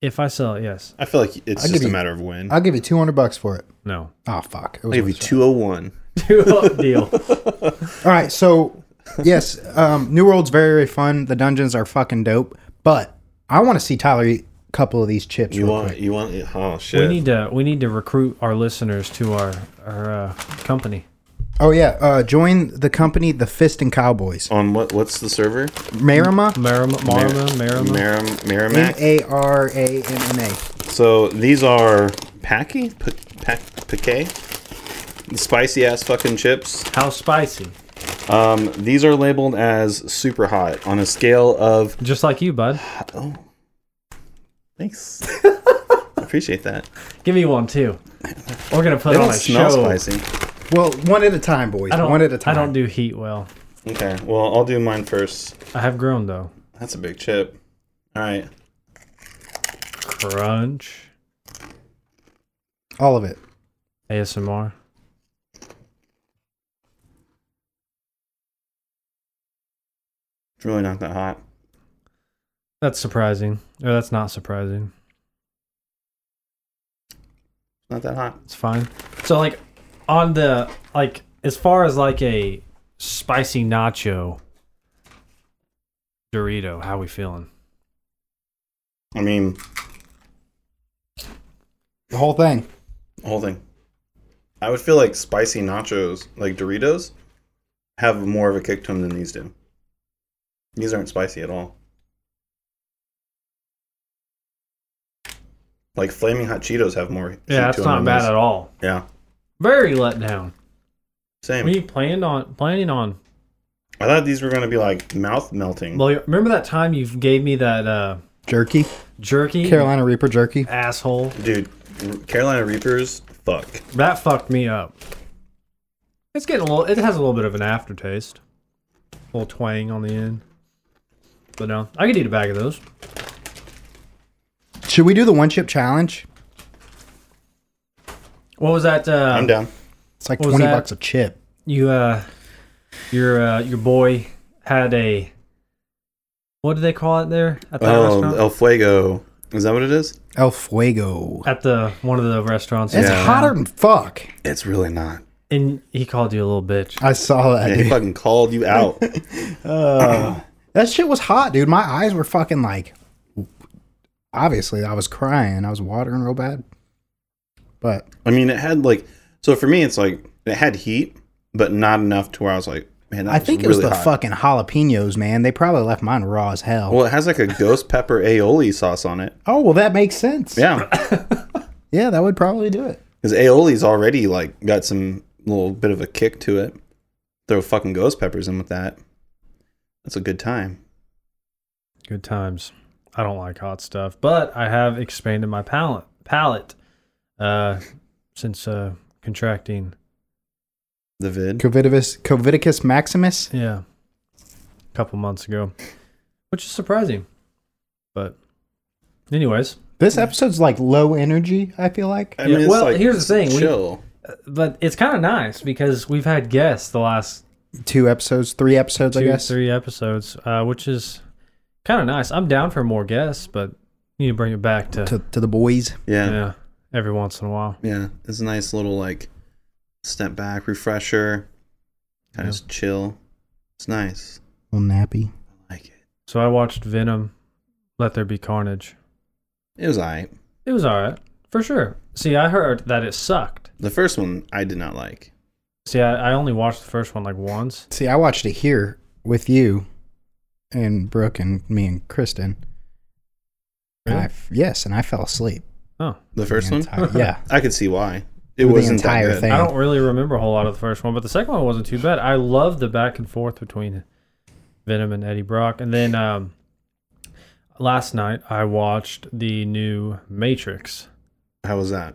[SPEAKER 3] If I sell it, yes.
[SPEAKER 1] I feel like it's
[SPEAKER 2] I'll give
[SPEAKER 1] just a
[SPEAKER 2] you-
[SPEAKER 1] matter of when. I'll
[SPEAKER 2] I'll give you two hundred bucks for it.
[SPEAKER 3] No.
[SPEAKER 2] Oh fuck! It was
[SPEAKER 1] give you
[SPEAKER 2] worth it.
[SPEAKER 1] 201.
[SPEAKER 3] Two up [LAUGHS] deal.
[SPEAKER 2] All
[SPEAKER 1] [LAUGHS]
[SPEAKER 2] right, so yes, um, New World's very very fun. The dungeons are fucking dope, but I want to see Tyler eat a couple of these chips.
[SPEAKER 1] You
[SPEAKER 2] real
[SPEAKER 1] want,
[SPEAKER 2] quick.
[SPEAKER 1] you want, oh shit.
[SPEAKER 3] We need to we need to recruit our listeners to our our uh, company.
[SPEAKER 2] Oh yeah, uh, join the company, the Fist and Cowboys.
[SPEAKER 1] On what? What's the server?
[SPEAKER 2] Marima,
[SPEAKER 3] Marima Marima Marima.
[SPEAKER 1] Marim,
[SPEAKER 2] M
[SPEAKER 1] Merrimack.
[SPEAKER 2] A R A M M A.
[SPEAKER 1] So these are packy, P- pack, piquet, spicy ass fucking chips.
[SPEAKER 3] How spicy.
[SPEAKER 1] Um, these are labeled as super hot on a scale of
[SPEAKER 3] Just like you, bud.
[SPEAKER 1] Oh. Thanks. [LAUGHS] Appreciate that.
[SPEAKER 3] Give me one too. We're gonna put
[SPEAKER 1] They
[SPEAKER 3] on
[SPEAKER 1] don't
[SPEAKER 3] a
[SPEAKER 1] smell
[SPEAKER 3] show.
[SPEAKER 1] spicy.
[SPEAKER 2] Well, one at a time, boys.
[SPEAKER 3] I don't,
[SPEAKER 2] One at a time.
[SPEAKER 3] I don't do heat well.
[SPEAKER 1] Okay, well, I'll do mine first.
[SPEAKER 3] I have grown though.
[SPEAKER 1] That's a big chip. All right.
[SPEAKER 3] Crunch.
[SPEAKER 2] all of it.
[SPEAKER 3] ASMR.
[SPEAKER 1] It's really not that hot.
[SPEAKER 3] That's surprising. Or that's not surprising.
[SPEAKER 1] Not that hot.
[SPEAKER 3] It's fine. So like on the like as far as like a spicy nacho Dorito, how we feeling?
[SPEAKER 1] I mean,
[SPEAKER 2] The whole thing.
[SPEAKER 1] the whole thing. I would feel like spicy nachos, like Doritos, have more of a kick to them than these do. These aren't spicy at all. Like flaming hot Cheetos have more. heat
[SPEAKER 3] Yeah, that's
[SPEAKER 1] to 'em
[SPEAKER 3] not
[SPEAKER 1] than
[SPEAKER 3] bad
[SPEAKER 1] these.
[SPEAKER 3] at all.
[SPEAKER 1] Yeah,
[SPEAKER 3] Very let down.
[SPEAKER 1] same.
[SPEAKER 3] We planned on planning on
[SPEAKER 1] I thought these were gonna be like mouth melting.
[SPEAKER 3] well remember that time you gave me that uh
[SPEAKER 2] Jerky.
[SPEAKER 3] jerky
[SPEAKER 2] Carolina Reaper jerky.
[SPEAKER 3] asshole?
[SPEAKER 1] Dude, Carolina Reapers, fuck.
[SPEAKER 3] That fucked me up. It's getting a little it has a little bit of an aftertaste. A little twang on the end. But no. I could eat a bag of those.
[SPEAKER 2] Should we do the one chip challenge?
[SPEAKER 3] What was that uh
[SPEAKER 1] I'm down.
[SPEAKER 2] It's like
[SPEAKER 3] What was
[SPEAKER 2] twenty
[SPEAKER 3] that?
[SPEAKER 2] bucks a chip.
[SPEAKER 3] you uh your uh your boy had a what do they call it there at that
[SPEAKER 1] Oh,
[SPEAKER 3] restaurant
[SPEAKER 1] El Fuego. Is that what it is?
[SPEAKER 2] El Fuego.
[SPEAKER 3] at the one of the restaurants
[SPEAKER 2] It's
[SPEAKER 1] oh. Yeah.
[SPEAKER 2] hotter than fuck.
[SPEAKER 1] It's really not.
[SPEAKER 3] and he called you a little bitch
[SPEAKER 2] I saw that.
[SPEAKER 1] Yeah,
[SPEAKER 2] dude.
[SPEAKER 1] he fucking called you out.
[SPEAKER 2] [LAUGHS] That shit was hot, dude. My eyes were fucking like. Obviously, I was crying. I was watering real bad. But
[SPEAKER 1] I mean, it had like so for me, it's like it had heat, but not enough to where I was like, man, that
[SPEAKER 2] I think it was
[SPEAKER 1] really
[SPEAKER 2] the
[SPEAKER 1] hot.
[SPEAKER 2] fucking jalapenos, man. They probably left mine raw as hell.
[SPEAKER 1] Well, it has like a ghost pepper aioli sauce on it.
[SPEAKER 2] oh, well, that makes sense. [LAUGHS]
[SPEAKER 1] Yeah,
[SPEAKER 2] Yeah, that would probably do it.
[SPEAKER 1] because aioli's already like got some little bit of a kick to it. Throw fucking ghost peppers in with that. That's a good time.
[SPEAKER 3] good times i don't like hot stuff but i have expanded my palate palate uh since uh contracting
[SPEAKER 1] The vid.
[SPEAKER 2] Covidicus, Covidicus maximus.
[SPEAKER 3] yeah a couple months ago which is surprising but anyways
[SPEAKER 2] This episode's like low energy, I feel like.
[SPEAKER 1] I
[SPEAKER 3] Yeah,
[SPEAKER 1] it's,
[SPEAKER 3] well, here's the thing, we-
[SPEAKER 1] Chill.
[SPEAKER 3] uh, but it's kind of nice because we've had guests the last
[SPEAKER 2] Two episodes, three episodes, I
[SPEAKER 3] two,
[SPEAKER 2] guess.
[SPEAKER 3] three episodes, uh, which is kind of nice. I'm down for more guests, but need to bring it back to,
[SPEAKER 2] To, to the boys.
[SPEAKER 1] yeah.
[SPEAKER 3] yeah every once in a while.
[SPEAKER 1] Yeah, it's a nice little like step back refresher, kind of chill. It's nice.
[SPEAKER 2] Little nappy.
[SPEAKER 1] I like it.
[SPEAKER 3] So I watched Venom, Let There Be Carnage.
[SPEAKER 1] It was alright.
[SPEAKER 3] It was all right for sure. See, I heard that it sucked.
[SPEAKER 1] The first one I did not like.
[SPEAKER 3] See, I, I only watched the first one like once.
[SPEAKER 2] See, I watched it here with you and Brooke and me and Kristen. And I
[SPEAKER 3] Really?
[SPEAKER 2] f- yes, and I fell asleep.
[SPEAKER 3] Oh,
[SPEAKER 1] The first
[SPEAKER 2] the
[SPEAKER 1] one, [LAUGHS]
[SPEAKER 2] entire- yeah.
[SPEAKER 1] I could see why. It
[SPEAKER 2] The
[SPEAKER 1] wasn't
[SPEAKER 2] entire
[SPEAKER 1] that good.
[SPEAKER 2] thing.
[SPEAKER 3] I don't really remember a whole lot of the first one, but the second one wasn't too bad. I love the back and forth between Venom and Eddie Brock. And then um, last night I watched the new Matrix.
[SPEAKER 1] How was that?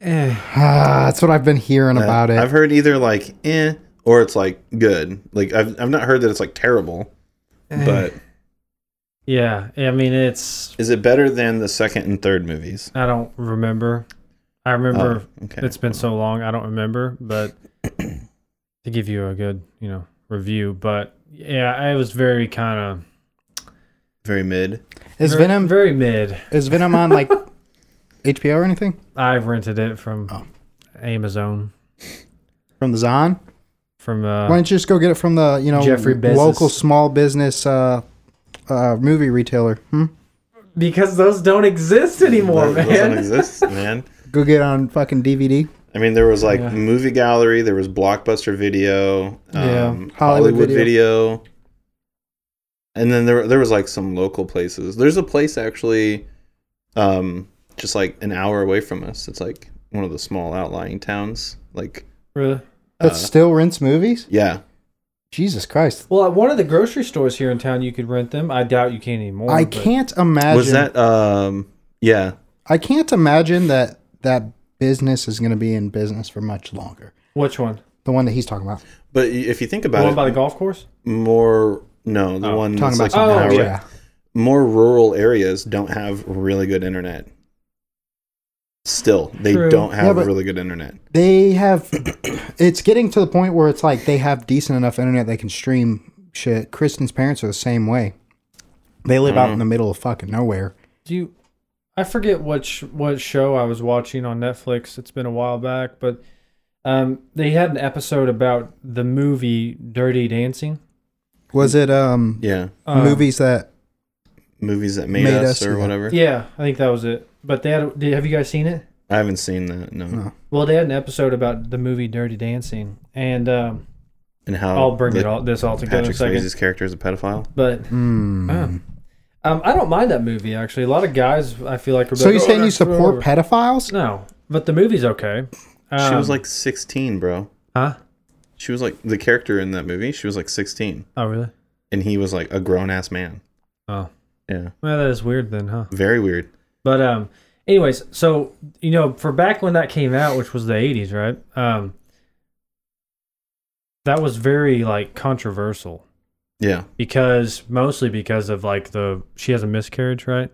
[SPEAKER 3] Eh,
[SPEAKER 2] Ah, that's what I've been hearing
[SPEAKER 1] Uh,
[SPEAKER 2] about it.
[SPEAKER 1] I've heard either like eh or it's like good. Like I've I've not heard that it's like terrible.
[SPEAKER 3] Eh.
[SPEAKER 1] But
[SPEAKER 3] Yeah, I mean it's.
[SPEAKER 1] is it better than the second and third movies?
[SPEAKER 3] I don't remember. I remember
[SPEAKER 1] Oh, okay.
[SPEAKER 3] it's been so long. I don't remember, but to give you a good, you know, review. But yeah, I was very kind of.
[SPEAKER 1] very mid.
[SPEAKER 2] is
[SPEAKER 3] very,
[SPEAKER 2] Venom
[SPEAKER 3] very mid?
[SPEAKER 2] is Venom on
[SPEAKER 3] [LAUGHS]
[SPEAKER 2] like HBO or anything
[SPEAKER 3] I've rented it from
[SPEAKER 2] Oh.
[SPEAKER 3] Amazon
[SPEAKER 2] from the Zon?
[SPEAKER 3] from
[SPEAKER 2] Why
[SPEAKER 3] uh,
[SPEAKER 2] don't you just go get it from the you know
[SPEAKER 3] Oh. Jeffrey Bezos.
[SPEAKER 2] local small business uh, uh, movie retailer? Hmm?
[SPEAKER 3] because those don't exist anymore,
[SPEAKER 1] Those- those
[SPEAKER 3] [LAUGHS]
[SPEAKER 1] don't
[SPEAKER 3] man.
[SPEAKER 1] exist, man.
[SPEAKER 2] Go get it on fucking DVD.
[SPEAKER 1] I mean, there was like
[SPEAKER 3] Yeah.
[SPEAKER 1] movie gallery, there was blockbuster video, um,
[SPEAKER 2] Yeah,
[SPEAKER 1] Hollywood,
[SPEAKER 2] Hollywood
[SPEAKER 1] video. and then there there was like some local places. There's a place actually, um, just like an hour away from us. It's like one of the small outlying towns. Like,
[SPEAKER 3] Really?
[SPEAKER 2] That
[SPEAKER 1] Uh,
[SPEAKER 2] still rents movies?
[SPEAKER 1] yeah,
[SPEAKER 2] Jesus Christ!
[SPEAKER 3] Well, at one of the grocery stores here in town, you could rent them. I doubt you can anymore.
[SPEAKER 2] I
[SPEAKER 3] but-
[SPEAKER 2] can't imagine.
[SPEAKER 1] was that um, yeah,
[SPEAKER 2] I can't imagine that that business is going to be in business for much longer.
[SPEAKER 3] Which one?
[SPEAKER 2] The one that he's talking about.
[SPEAKER 1] but y- if you think
[SPEAKER 3] The
[SPEAKER 1] about
[SPEAKER 3] one
[SPEAKER 1] it,
[SPEAKER 3] by the golf course?
[SPEAKER 1] more no, the
[SPEAKER 3] Oh,
[SPEAKER 1] one
[SPEAKER 2] Talking
[SPEAKER 1] that's
[SPEAKER 2] about
[SPEAKER 1] Mm, like an
[SPEAKER 2] something
[SPEAKER 3] Oh,
[SPEAKER 1] hour
[SPEAKER 2] else,
[SPEAKER 1] away.
[SPEAKER 2] yeah.
[SPEAKER 1] more rural areas don't have really good internet. Still, they
[SPEAKER 3] True.
[SPEAKER 1] don't have
[SPEAKER 2] Yeah, but-
[SPEAKER 1] really good internet.
[SPEAKER 2] They have. [CLEARS THROAT] it's getting to the point where it's like they have decent enough internet they can stream shit. Kristen's parents are the same way. They live
[SPEAKER 1] Mm.
[SPEAKER 2] out in the middle of fucking nowhere.
[SPEAKER 3] Do you? I forget which what show I was watching on Netflix. It's been a while back, but um, they had an episode about the movie Dirty Dancing.
[SPEAKER 2] Was it um
[SPEAKER 1] Yeah,
[SPEAKER 3] Um,
[SPEAKER 2] movies that
[SPEAKER 1] movies that made,
[SPEAKER 2] Made
[SPEAKER 1] us,
[SPEAKER 2] Us,
[SPEAKER 1] or
[SPEAKER 2] yeah.
[SPEAKER 1] whatever.
[SPEAKER 3] Yeah, I think that was it. But they had. Did, have you guys seen it?
[SPEAKER 1] I haven't seen that. No,
[SPEAKER 2] No.
[SPEAKER 3] Well, they had an episode about the movie Dirty Dancing, and um,
[SPEAKER 1] and how
[SPEAKER 3] I'll bring
[SPEAKER 1] the-
[SPEAKER 3] it all this all together
[SPEAKER 1] Oh, Patrick
[SPEAKER 3] in a second.
[SPEAKER 1] Swayze's character is a pedophile.
[SPEAKER 3] But
[SPEAKER 2] Hmm.
[SPEAKER 3] Oh. um, I don't mind that movie actually. A lot of guys I feel like are.
[SPEAKER 2] So
[SPEAKER 3] like,
[SPEAKER 2] you're
[SPEAKER 3] "Oh,
[SPEAKER 2] saying you
[SPEAKER 3] that's
[SPEAKER 2] support
[SPEAKER 3] whatever."
[SPEAKER 2] pedophiles?
[SPEAKER 3] No, but the movie's okay.
[SPEAKER 1] she was
[SPEAKER 3] Um,
[SPEAKER 1] like 16, bro.
[SPEAKER 3] huh?
[SPEAKER 1] She was like the character in that movie. She was like 16,
[SPEAKER 3] Oh really?
[SPEAKER 1] and he was like a grown ass man.
[SPEAKER 3] Oh,
[SPEAKER 1] Yeah,
[SPEAKER 3] well, that is weird then, huh?
[SPEAKER 1] very weird.
[SPEAKER 3] But um, anyways, so you know, for back when that came out, which was the '80s, right? Um, that was very like controversial
[SPEAKER 1] Yeah,
[SPEAKER 3] because mostly because of like the she has a miscarriage, right?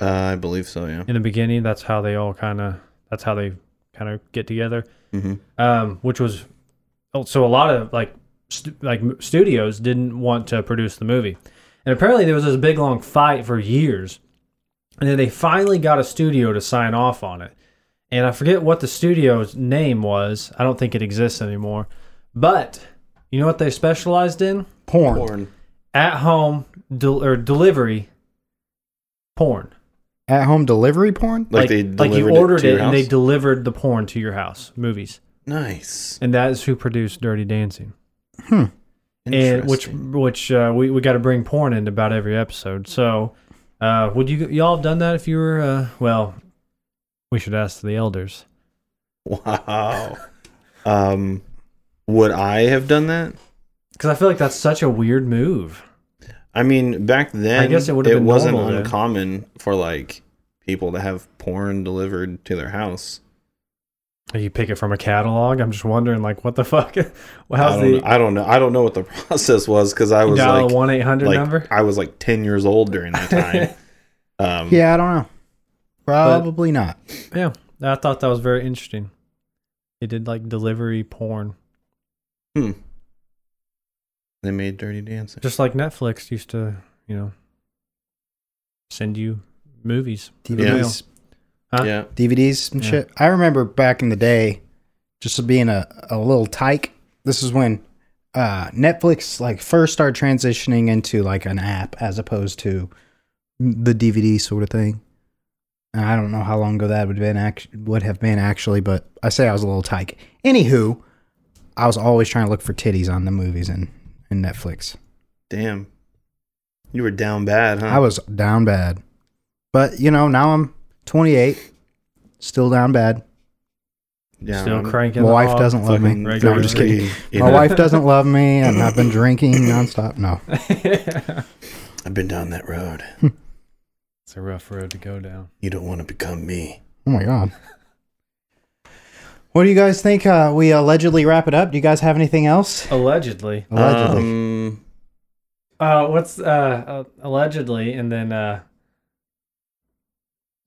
[SPEAKER 1] uh, I believe so. Yeah.
[SPEAKER 3] In the beginning, that's how they all kind of that's how they kind of get together.
[SPEAKER 1] hmm
[SPEAKER 3] um, which was oh, so a lot of like st- like m- studios didn't want to produce the movie, and apparently there was this big long fight for years, and then they finally got a studio to sign off on it, and I forget what the studio's name was. I don't think it exists anymore, but you know what they specialized in?
[SPEAKER 2] Porn.
[SPEAKER 1] Porn.
[SPEAKER 3] At home del- or delivery porn.
[SPEAKER 2] At home delivery porn?
[SPEAKER 1] Like, they
[SPEAKER 3] like you
[SPEAKER 1] delivered
[SPEAKER 3] ordered
[SPEAKER 1] to
[SPEAKER 3] it,
[SPEAKER 1] your
[SPEAKER 3] and they
[SPEAKER 1] house?
[SPEAKER 3] delivered the porn to your house. Movies,
[SPEAKER 1] nice.
[SPEAKER 3] and that is who produced Dirty Dancing. and which
[SPEAKER 1] Interesting.
[SPEAKER 3] which uh, we we got to bring porn into about every episode. So, uh, would you y'all have done that if you were? Uh, well, we should ask the elders.
[SPEAKER 1] wow. um, would I have done that?
[SPEAKER 3] Because I feel like that's such a weird move.
[SPEAKER 1] I mean, back then,
[SPEAKER 3] guess it
[SPEAKER 1] it,
[SPEAKER 3] would've been
[SPEAKER 1] wasn't
[SPEAKER 3] normal then.
[SPEAKER 1] uncommon for like people to have porn delivered to their house.
[SPEAKER 3] You pick it from a catalog. I'm just wondering, like, what the [LAUGHS] fuck? Well,
[SPEAKER 1] I
[SPEAKER 3] How's
[SPEAKER 1] don't,
[SPEAKER 3] the
[SPEAKER 1] I don't know. I don't know what the [LAUGHS] process was because I was
[SPEAKER 3] dial
[SPEAKER 1] like,
[SPEAKER 3] one eight hundred
[SPEAKER 1] like
[SPEAKER 3] number?
[SPEAKER 1] I was like ten years old during that
[SPEAKER 3] [LAUGHS]
[SPEAKER 1] time. um,
[SPEAKER 2] Yeah, I don't know. Probably not.
[SPEAKER 3] Yeah, I thought that was very interesting. They did like delivery porn,
[SPEAKER 1] hmm. They made Dirty Dancing.
[SPEAKER 3] just like Netflix used to, you know, send you movies. through the mail.
[SPEAKER 2] DVDs,
[SPEAKER 3] Huh?
[SPEAKER 1] Yeah.
[SPEAKER 2] DVDs and
[SPEAKER 3] Yeah.
[SPEAKER 2] shit. I remember back in the day, just being a, a little tyke. This is when uh, Netflix like first started transitioning into like an app as opposed to the DVD sort of thing. And I don't know how long ago that would have been act- would have been actually, but I say I was a little tyke. Anywho, I was always trying to look for titties on the movies and, and Netflix.
[SPEAKER 1] Damn. You were down bad, huh?
[SPEAKER 2] I was down bad. But you know, now I'm 28, still down bad.
[SPEAKER 1] yeah,
[SPEAKER 3] Still
[SPEAKER 1] I'm
[SPEAKER 3] cranking.
[SPEAKER 2] My
[SPEAKER 3] the
[SPEAKER 2] wife
[SPEAKER 3] hog. [LAUGHS]
[SPEAKER 2] doesn't love
[SPEAKER 1] fucking
[SPEAKER 2] me.
[SPEAKER 3] regular.
[SPEAKER 2] No, I'm just kidding.
[SPEAKER 1] you
[SPEAKER 2] My
[SPEAKER 1] know,
[SPEAKER 2] wife
[SPEAKER 1] [LAUGHS]
[SPEAKER 2] doesn't love me, and I've been drinking nonstop. No,
[SPEAKER 3] it's
[SPEAKER 1] I've been down that road.
[SPEAKER 3] a rough road to go down.
[SPEAKER 1] You don't want to become me.
[SPEAKER 2] oh my god. What do you guys think? Uh, we allegedly wrap it up. Do you guys have anything else?
[SPEAKER 3] Allegedly.
[SPEAKER 2] Allegedly,
[SPEAKER 1] Um,
[SPEAKER 3] Uh, what's uh, uh allegedly, and then uh,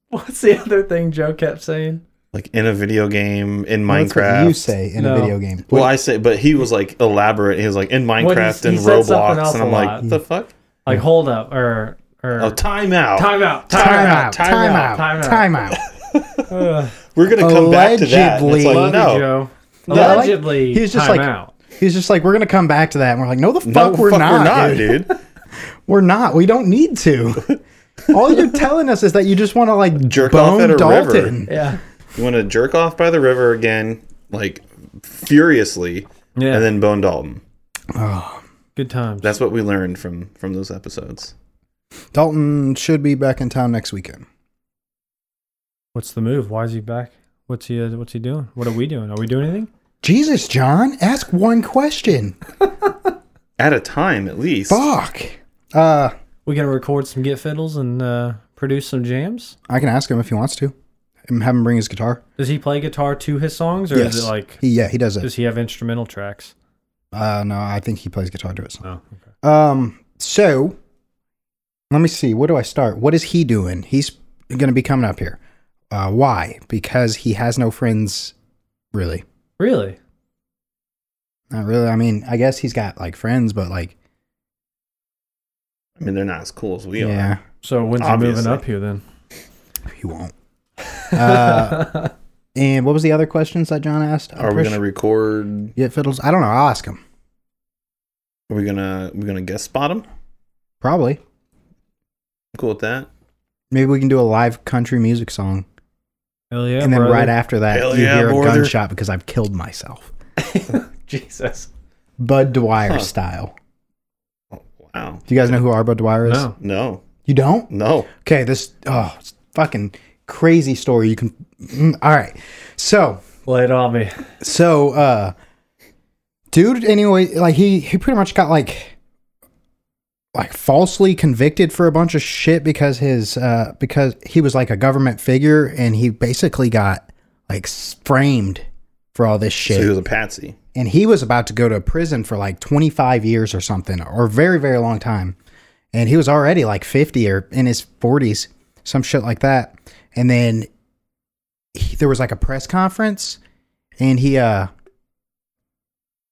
[SPEAKER 3] what's the [LAUGHS] other thing Joe kept saying?
[SPEAKER 1] like in a video game, in
[SPEAKER 2] Well, that's what
[SPEAKER 1] Minecraft.
[SPEAKER 2] you say in
[SPEAKER 3] No.
[SPEAKER 2] a video game.
[SPEAKER 1] Well, I say, but he was like elaborate. He was like in
[SPEAKER 3] he-
[SPEAKER 1] Minecraft
[SPEAKER 3] he
[SPEAKER 1] and
[SPEAKER 3] said something else
[SPEAKER 1] Roblox, and
[SPEAKER 3] a
[SPEAKER 1] I'm
[SPEAKER 3] lot.
[SPEAKER 1] like, what the fuck?
[SPEAKER 3] Like hold up or or
[SPEAKER 1] Oh, timeout.
[SPEAKER 3] time out,
[SPEAKER 2] time,
[SPEAKER 3] time out.
[SPEAKER 2] out, time out,
[SPEAKER 3] time out.
[SPEAKER 2] time out.
[SPEAKER 3] Ugh.
[SPEAKER 1] We're gonna come back to that. and It's
[SPEAKER 2] Allegedly.
[SPEAKER 1] like,
[SPEAKER 3] Love you,
[SPEAKER 1] no,
[SPEAKER 3] Joe.
[SPEAKER 2] Yeah, I like-
[SPEAKER 3] Allegedly,
[SPEAKER 2] he was just
[SPEAKER 3] time
[SPEAKER 2] like-
[SPEAKER 3] out.
[SPEAKER 2] He's just like, we're gonna come back to that, and we're like, no, the fuck,
[SPEAKER 1] no,
[SPEAKER 2] we're,
[SPEAKER 1] fuck,
[SPEAKER 2] not,
[SPEAKER 1] we're not,
[SPEAKER 2] dude.
[SPEAKER 1] dude.
[SPEAKER 2] We're not. We don't
[SPEAKER 1] [LAUGHS]
[SPEAKER 2] need to. All you're telling us is that you just want to like
[SPEAKER 1] Jerk off at
[SPEAKER 2] bone
[SPEAKER 1] a river.
[SPEAKER 2] Dalton.
[SPEAKER 3] Yeah,
[SPEAKER 1] You want to jerk off by the river again, like furiously,
[SPEAKER 3] yeah.
[SPEAKER 1] and then bone Dalton.
[SPEAKER 2] Oh,
[SPEAKER 3] Good times.
[SPEAKER 1] That's what we learned from from those episodes.
[SPEAKER 2] Dalton should be back in town next weekend.
[SPEAKER 3] What's the move? Why is he back? What's he? Uh, what's he doing? What are we doing? Are we doing anything?
[SPEAKER 2] Jesus, John, ask one question.
[SPEAKER 1] At a time, at least.
[SPEAKER 2] Fuck. Uh,
[SPEAKER 3] We gonna record some get fiddles and uh, produce some jams.
[SPEAKER 2] I can ask him if he wants to. And Have him bring his guitar.
[SPEAKER 3] Does he play guitar to his songs, or is it like
[SPEAKER 2] he, yeah, he does it.
[SPEAKER 3] does he have instrumental tracks?
[SPEAKER 2] Uh, no, I think he plays guitar to it.
[SPEAKER 3] Oh, okay.
[SPEAKER 2] Um, so let me see. Where do I start? What is he doing? He's going to be coming up here. Uh, why? Because he has no friends, really.
[SPEAKER 3] Really?
[SPEAKER 2] Not really. I mean, I guess he's got like friends, but like
[SPEAKER 1] I I mean, they're not as cool as we
[SPEAKER 2] yeah,
[SPEAKER 3] So when's he moving
[SPEAKER 1] Obviously.
[SPEAKER 3] up here then?
[SPEAKER 2] you won't. [LAUGHS] Uh, and what was the other questions that John asked?
[SPEAKER 1] are. Are we gonna record?
[SPEAKER 2] get fiddles? I don't know. I'll ask him.
[SPEAKER 1] Are we gonna we gonna guest spot them?
[SPEAKER 2] Probably.
[SPEAKER 1] Cool with that.
[SPEAKER 2] Maybe we can do a live country music song,
[SPEAKER 3] [LAUGHS] Hell yeah!
[SPEAKER 2] and then
[SPEAKER 3] brother.
[SPEAKER 2] right after that,
[SPEAKER 1] Hell
[SPEAKER 2] you
[SPEAKER 1] yeah,
[SPEAKER 2] hear
[SPEAKER 1] brother.
[SPEAKER 2] a gunshot because I've killed myself,
[SPEAKER 1] Jesus.
[SPEAKER 2] Bud Dwyer
[SPEAKER 1] Huh.
[SPEAKER 2] style.
[SPEAKER 1] Wow.
[SPEAKER 2] Do you guys know who our Bud Dwyer is?
[SPEAKER 3] No.
[SPEAKER 1] No.
[SPEAKER 2] You don't?
[SPEAKER 1] No.
[SPEAKER 2] Okay, this oh it's fucking crazy story. You can mm, all right. So
[SPEAKER 3] Lay it on me.
[SPEAKER 2] so uh dude anyway, like he he pretty much got like like falsely convicted for a bunch of shit because his uh because he was like a government figure and he basically got like s- framed for all this shit
[SPEAKER 1] So he was a patsy.
[SPEAKER 2] and he was about to go to prison for like 25 years or something or a very very long time and he was already like 50 or in his 40s some shit like that and then he, there was like a press conference and he uh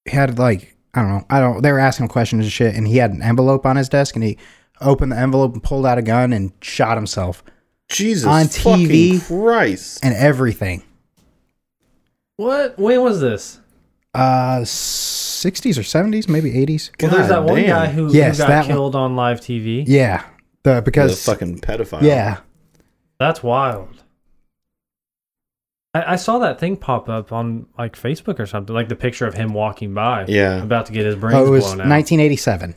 [SPEAKER 2] had like i don't know i don't they were asking him questions and shit and he had an envelope on his desk and he opened the envelope and pulled out a gun and shot himself
[SPEAKER 1] Jesus
[SPEAKER 2] On TV.
[SPEAKER 1] fucking Christ.
[SPEAKER 2] and everything
[SPEAKER 3] What? When was this?
[SPEAKER 2] uh 60s or 70s maybe 80s
[SPEAKER 3] Well, there's that
[SPEAKER 1] God
[SPEAKER 3] one
[SPEAKER 1] damn.
[SPEAKER 3] guy who, who
[SPEAKER 2] Yes, that
[SPEAKER 3] got
[SPEAKER 2] one.
[SPEAKER 3] killed on live TV.
[SPEAKER 2] yeah the
[SPEAKER 1] The
[SPEAKER 2] because
[SPEAKER 1] fucking pedophile.
[SPEAKER 2] yeah
[SPEAKER 3] That's wild. I, I saw that thing pop up on like Facebook or something, like the picture of him walking by,
[SPEAKER 1] Yeah.
[SPEAKER 3] about to get his brains
[SPEAKER 2] Oh, it was
[SPEAKER 3] blown out.
[SPEAKER 2] 1987.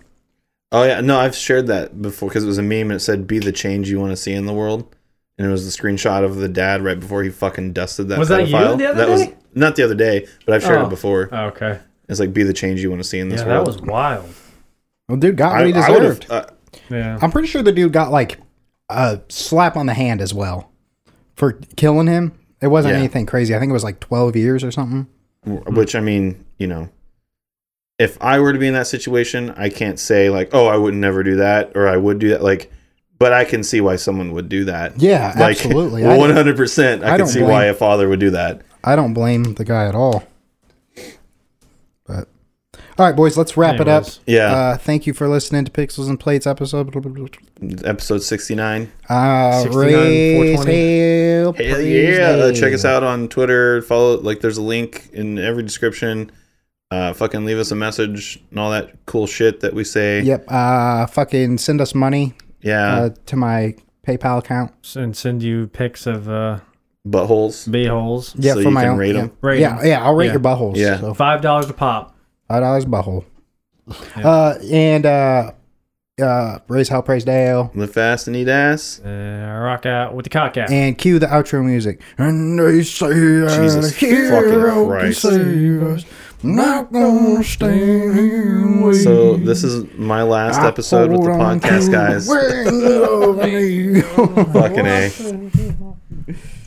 [SPEAKER 1] Oh yeah. No, I've shared that before because it was a meme and it said, "Be the change you want to see in the world," and it was the screenshot of the dad right before he fucking dusted that.
[SPEAKER 3] Was that
[SPEAKER 1] pedophile.
[SPEAKER 3] you the
[SPEAKER 1] that
[SPEAKER 3] other day?
[SPEAKER 1] was not the other day, but I've shared
[SPEAKER 3] Oh.
[SPEAKER 1] it before.
[SPEAKER 3] okay,
[SPEAKER 1] It's like, "Be the change you want to see in this
[SPEAKER 3] yeah, that
[SPEAKER 1] world."
[SPEAKER 3] was wild.
[SPEAKER 2] Well, dude got what
[SPEAKER 1] I,
[SPEAKER 2] he
[SPEAKER 1] I would
[SPEAKER 2] deserved.
[SPEAKER 1] have. Uh,
[SPEAKER 3] Yeah,
[SPEAKER 2] I'm pretty sure the dude got like a slap on the hand as well for killing him. It wasn't
[SPEAKER 1] Yeah.
[SPEAKER 2] anything crazy. I think it was like 12 years or something.
[SPEAKER 1] Mm-hmm. which I mean, you know, if I were to be in that situation, I can't say like, "Oh, I would never do that," or "I would do that." Like, but I can see why someone would do that.
[SPEAKER 2] Yeah,
[SPEAKER 1] [LAUGHS] like,
[SPEAKER 2] [LAUGHS] absolutely. I,
[SPEAKER 1] One hundred percent.
[SPEAKER 2] I
[SPEAKER 1] I can
[SPEAKER 2] don't
[SPEAKER 1] see
[SPEAKER 2] blame-
[SPEAKER 1] why a father would do that.
[SPEAKER 2] I don't blame the guy at all. But all right, boys, let's wrap
[SPEAKER 3] Anyways.
[SPEAKER 2] it up.
[SPEAKER 1] Yeah.
[SPEAKER 2] Uh, thank you for listening to Pixels and Plates episode.
[SPEAKER 1] Episode sixty nine.
[SPEAKER 2] Uh,
[SPEAKER 3] 69,
[SPEAKER 2] raise
[SPEAKER 3] 420.
[SPEAKER 1] Hell
[SPEAKER 2] hell, praise
[SPEAKER 1] yeah! Uh,
[SPEAKER 2] Dave.
[SPEAKER 1] check us out on Twitter. Follow like there's a link in every description. Uh, fucking leave us a message and all that cool shit that we say.
[SPEAKER 2] Yep. Uh, fucking send us money
[SPEAKER 1] Yeah,
[SPEAKER 2] uh, to my PayPal account.
[SPEAKER 3] and send you pics of uh,
[SPEAKER 1] buttholes.
[SPEAKER 3] beeholes.
[SPEAKER 2] Yeah,
[SPEAKER 1] So
[SPEAKER 2] for
[SPEAKER 1] you
[SPEAKER 2] my
[SPEAKER 1] can
[SPEAKER 2] own.
[SPEAKER 1] rate
[SPEAKER 2] yeah.
[SPEAKER 1] 'em?
[SPEAKER 3] Rate
[SPEAKER 2] yeah,
[SPEAKER 3] 'em.
[SPEAKER 2] yeah, I'll rate
[SPEAKER 3] Yeah.
[SPEAKER 2] your buttholes.
[SPEAKER 1] Yeah.
[SPEAKER 2] so
[SPEAKER 3] Five dollars a pop.
[SPEAKER 2] five dollars butthole.
[SPEAKER 3] Yeah.
[SPEAKER 2] Uh, and uh, uh, raise hell, praise Dale,
[SPEAKER 1] Live fast and eat ass.
[SPEAKER 3] Uh, rock out with the cock out.
[SPEAKER 2] and cue the outro music. And they say that a
[SPEAKER 1] Jesus
[SPEAKER 2] hero
[SPEAKER 1] fucking
[SPEAKER 2] can
[SPEAKER 1] Christ.
[SPEAKER 2] save us. Not gonna stand here and wait.
[SPEAKER 1] So this is my last
[SPEAKER 2] I
[SPEAKER 1] episode with the
[SPEAKER 2] hold on
[SPEAKER 1] [LAUGHS]
[SPEAKER 2] to
[SPEAKER 1] podcast, guys.
[SPEAKER 2] the wind of an eagle.
[SPEAKER 1] Fucking a.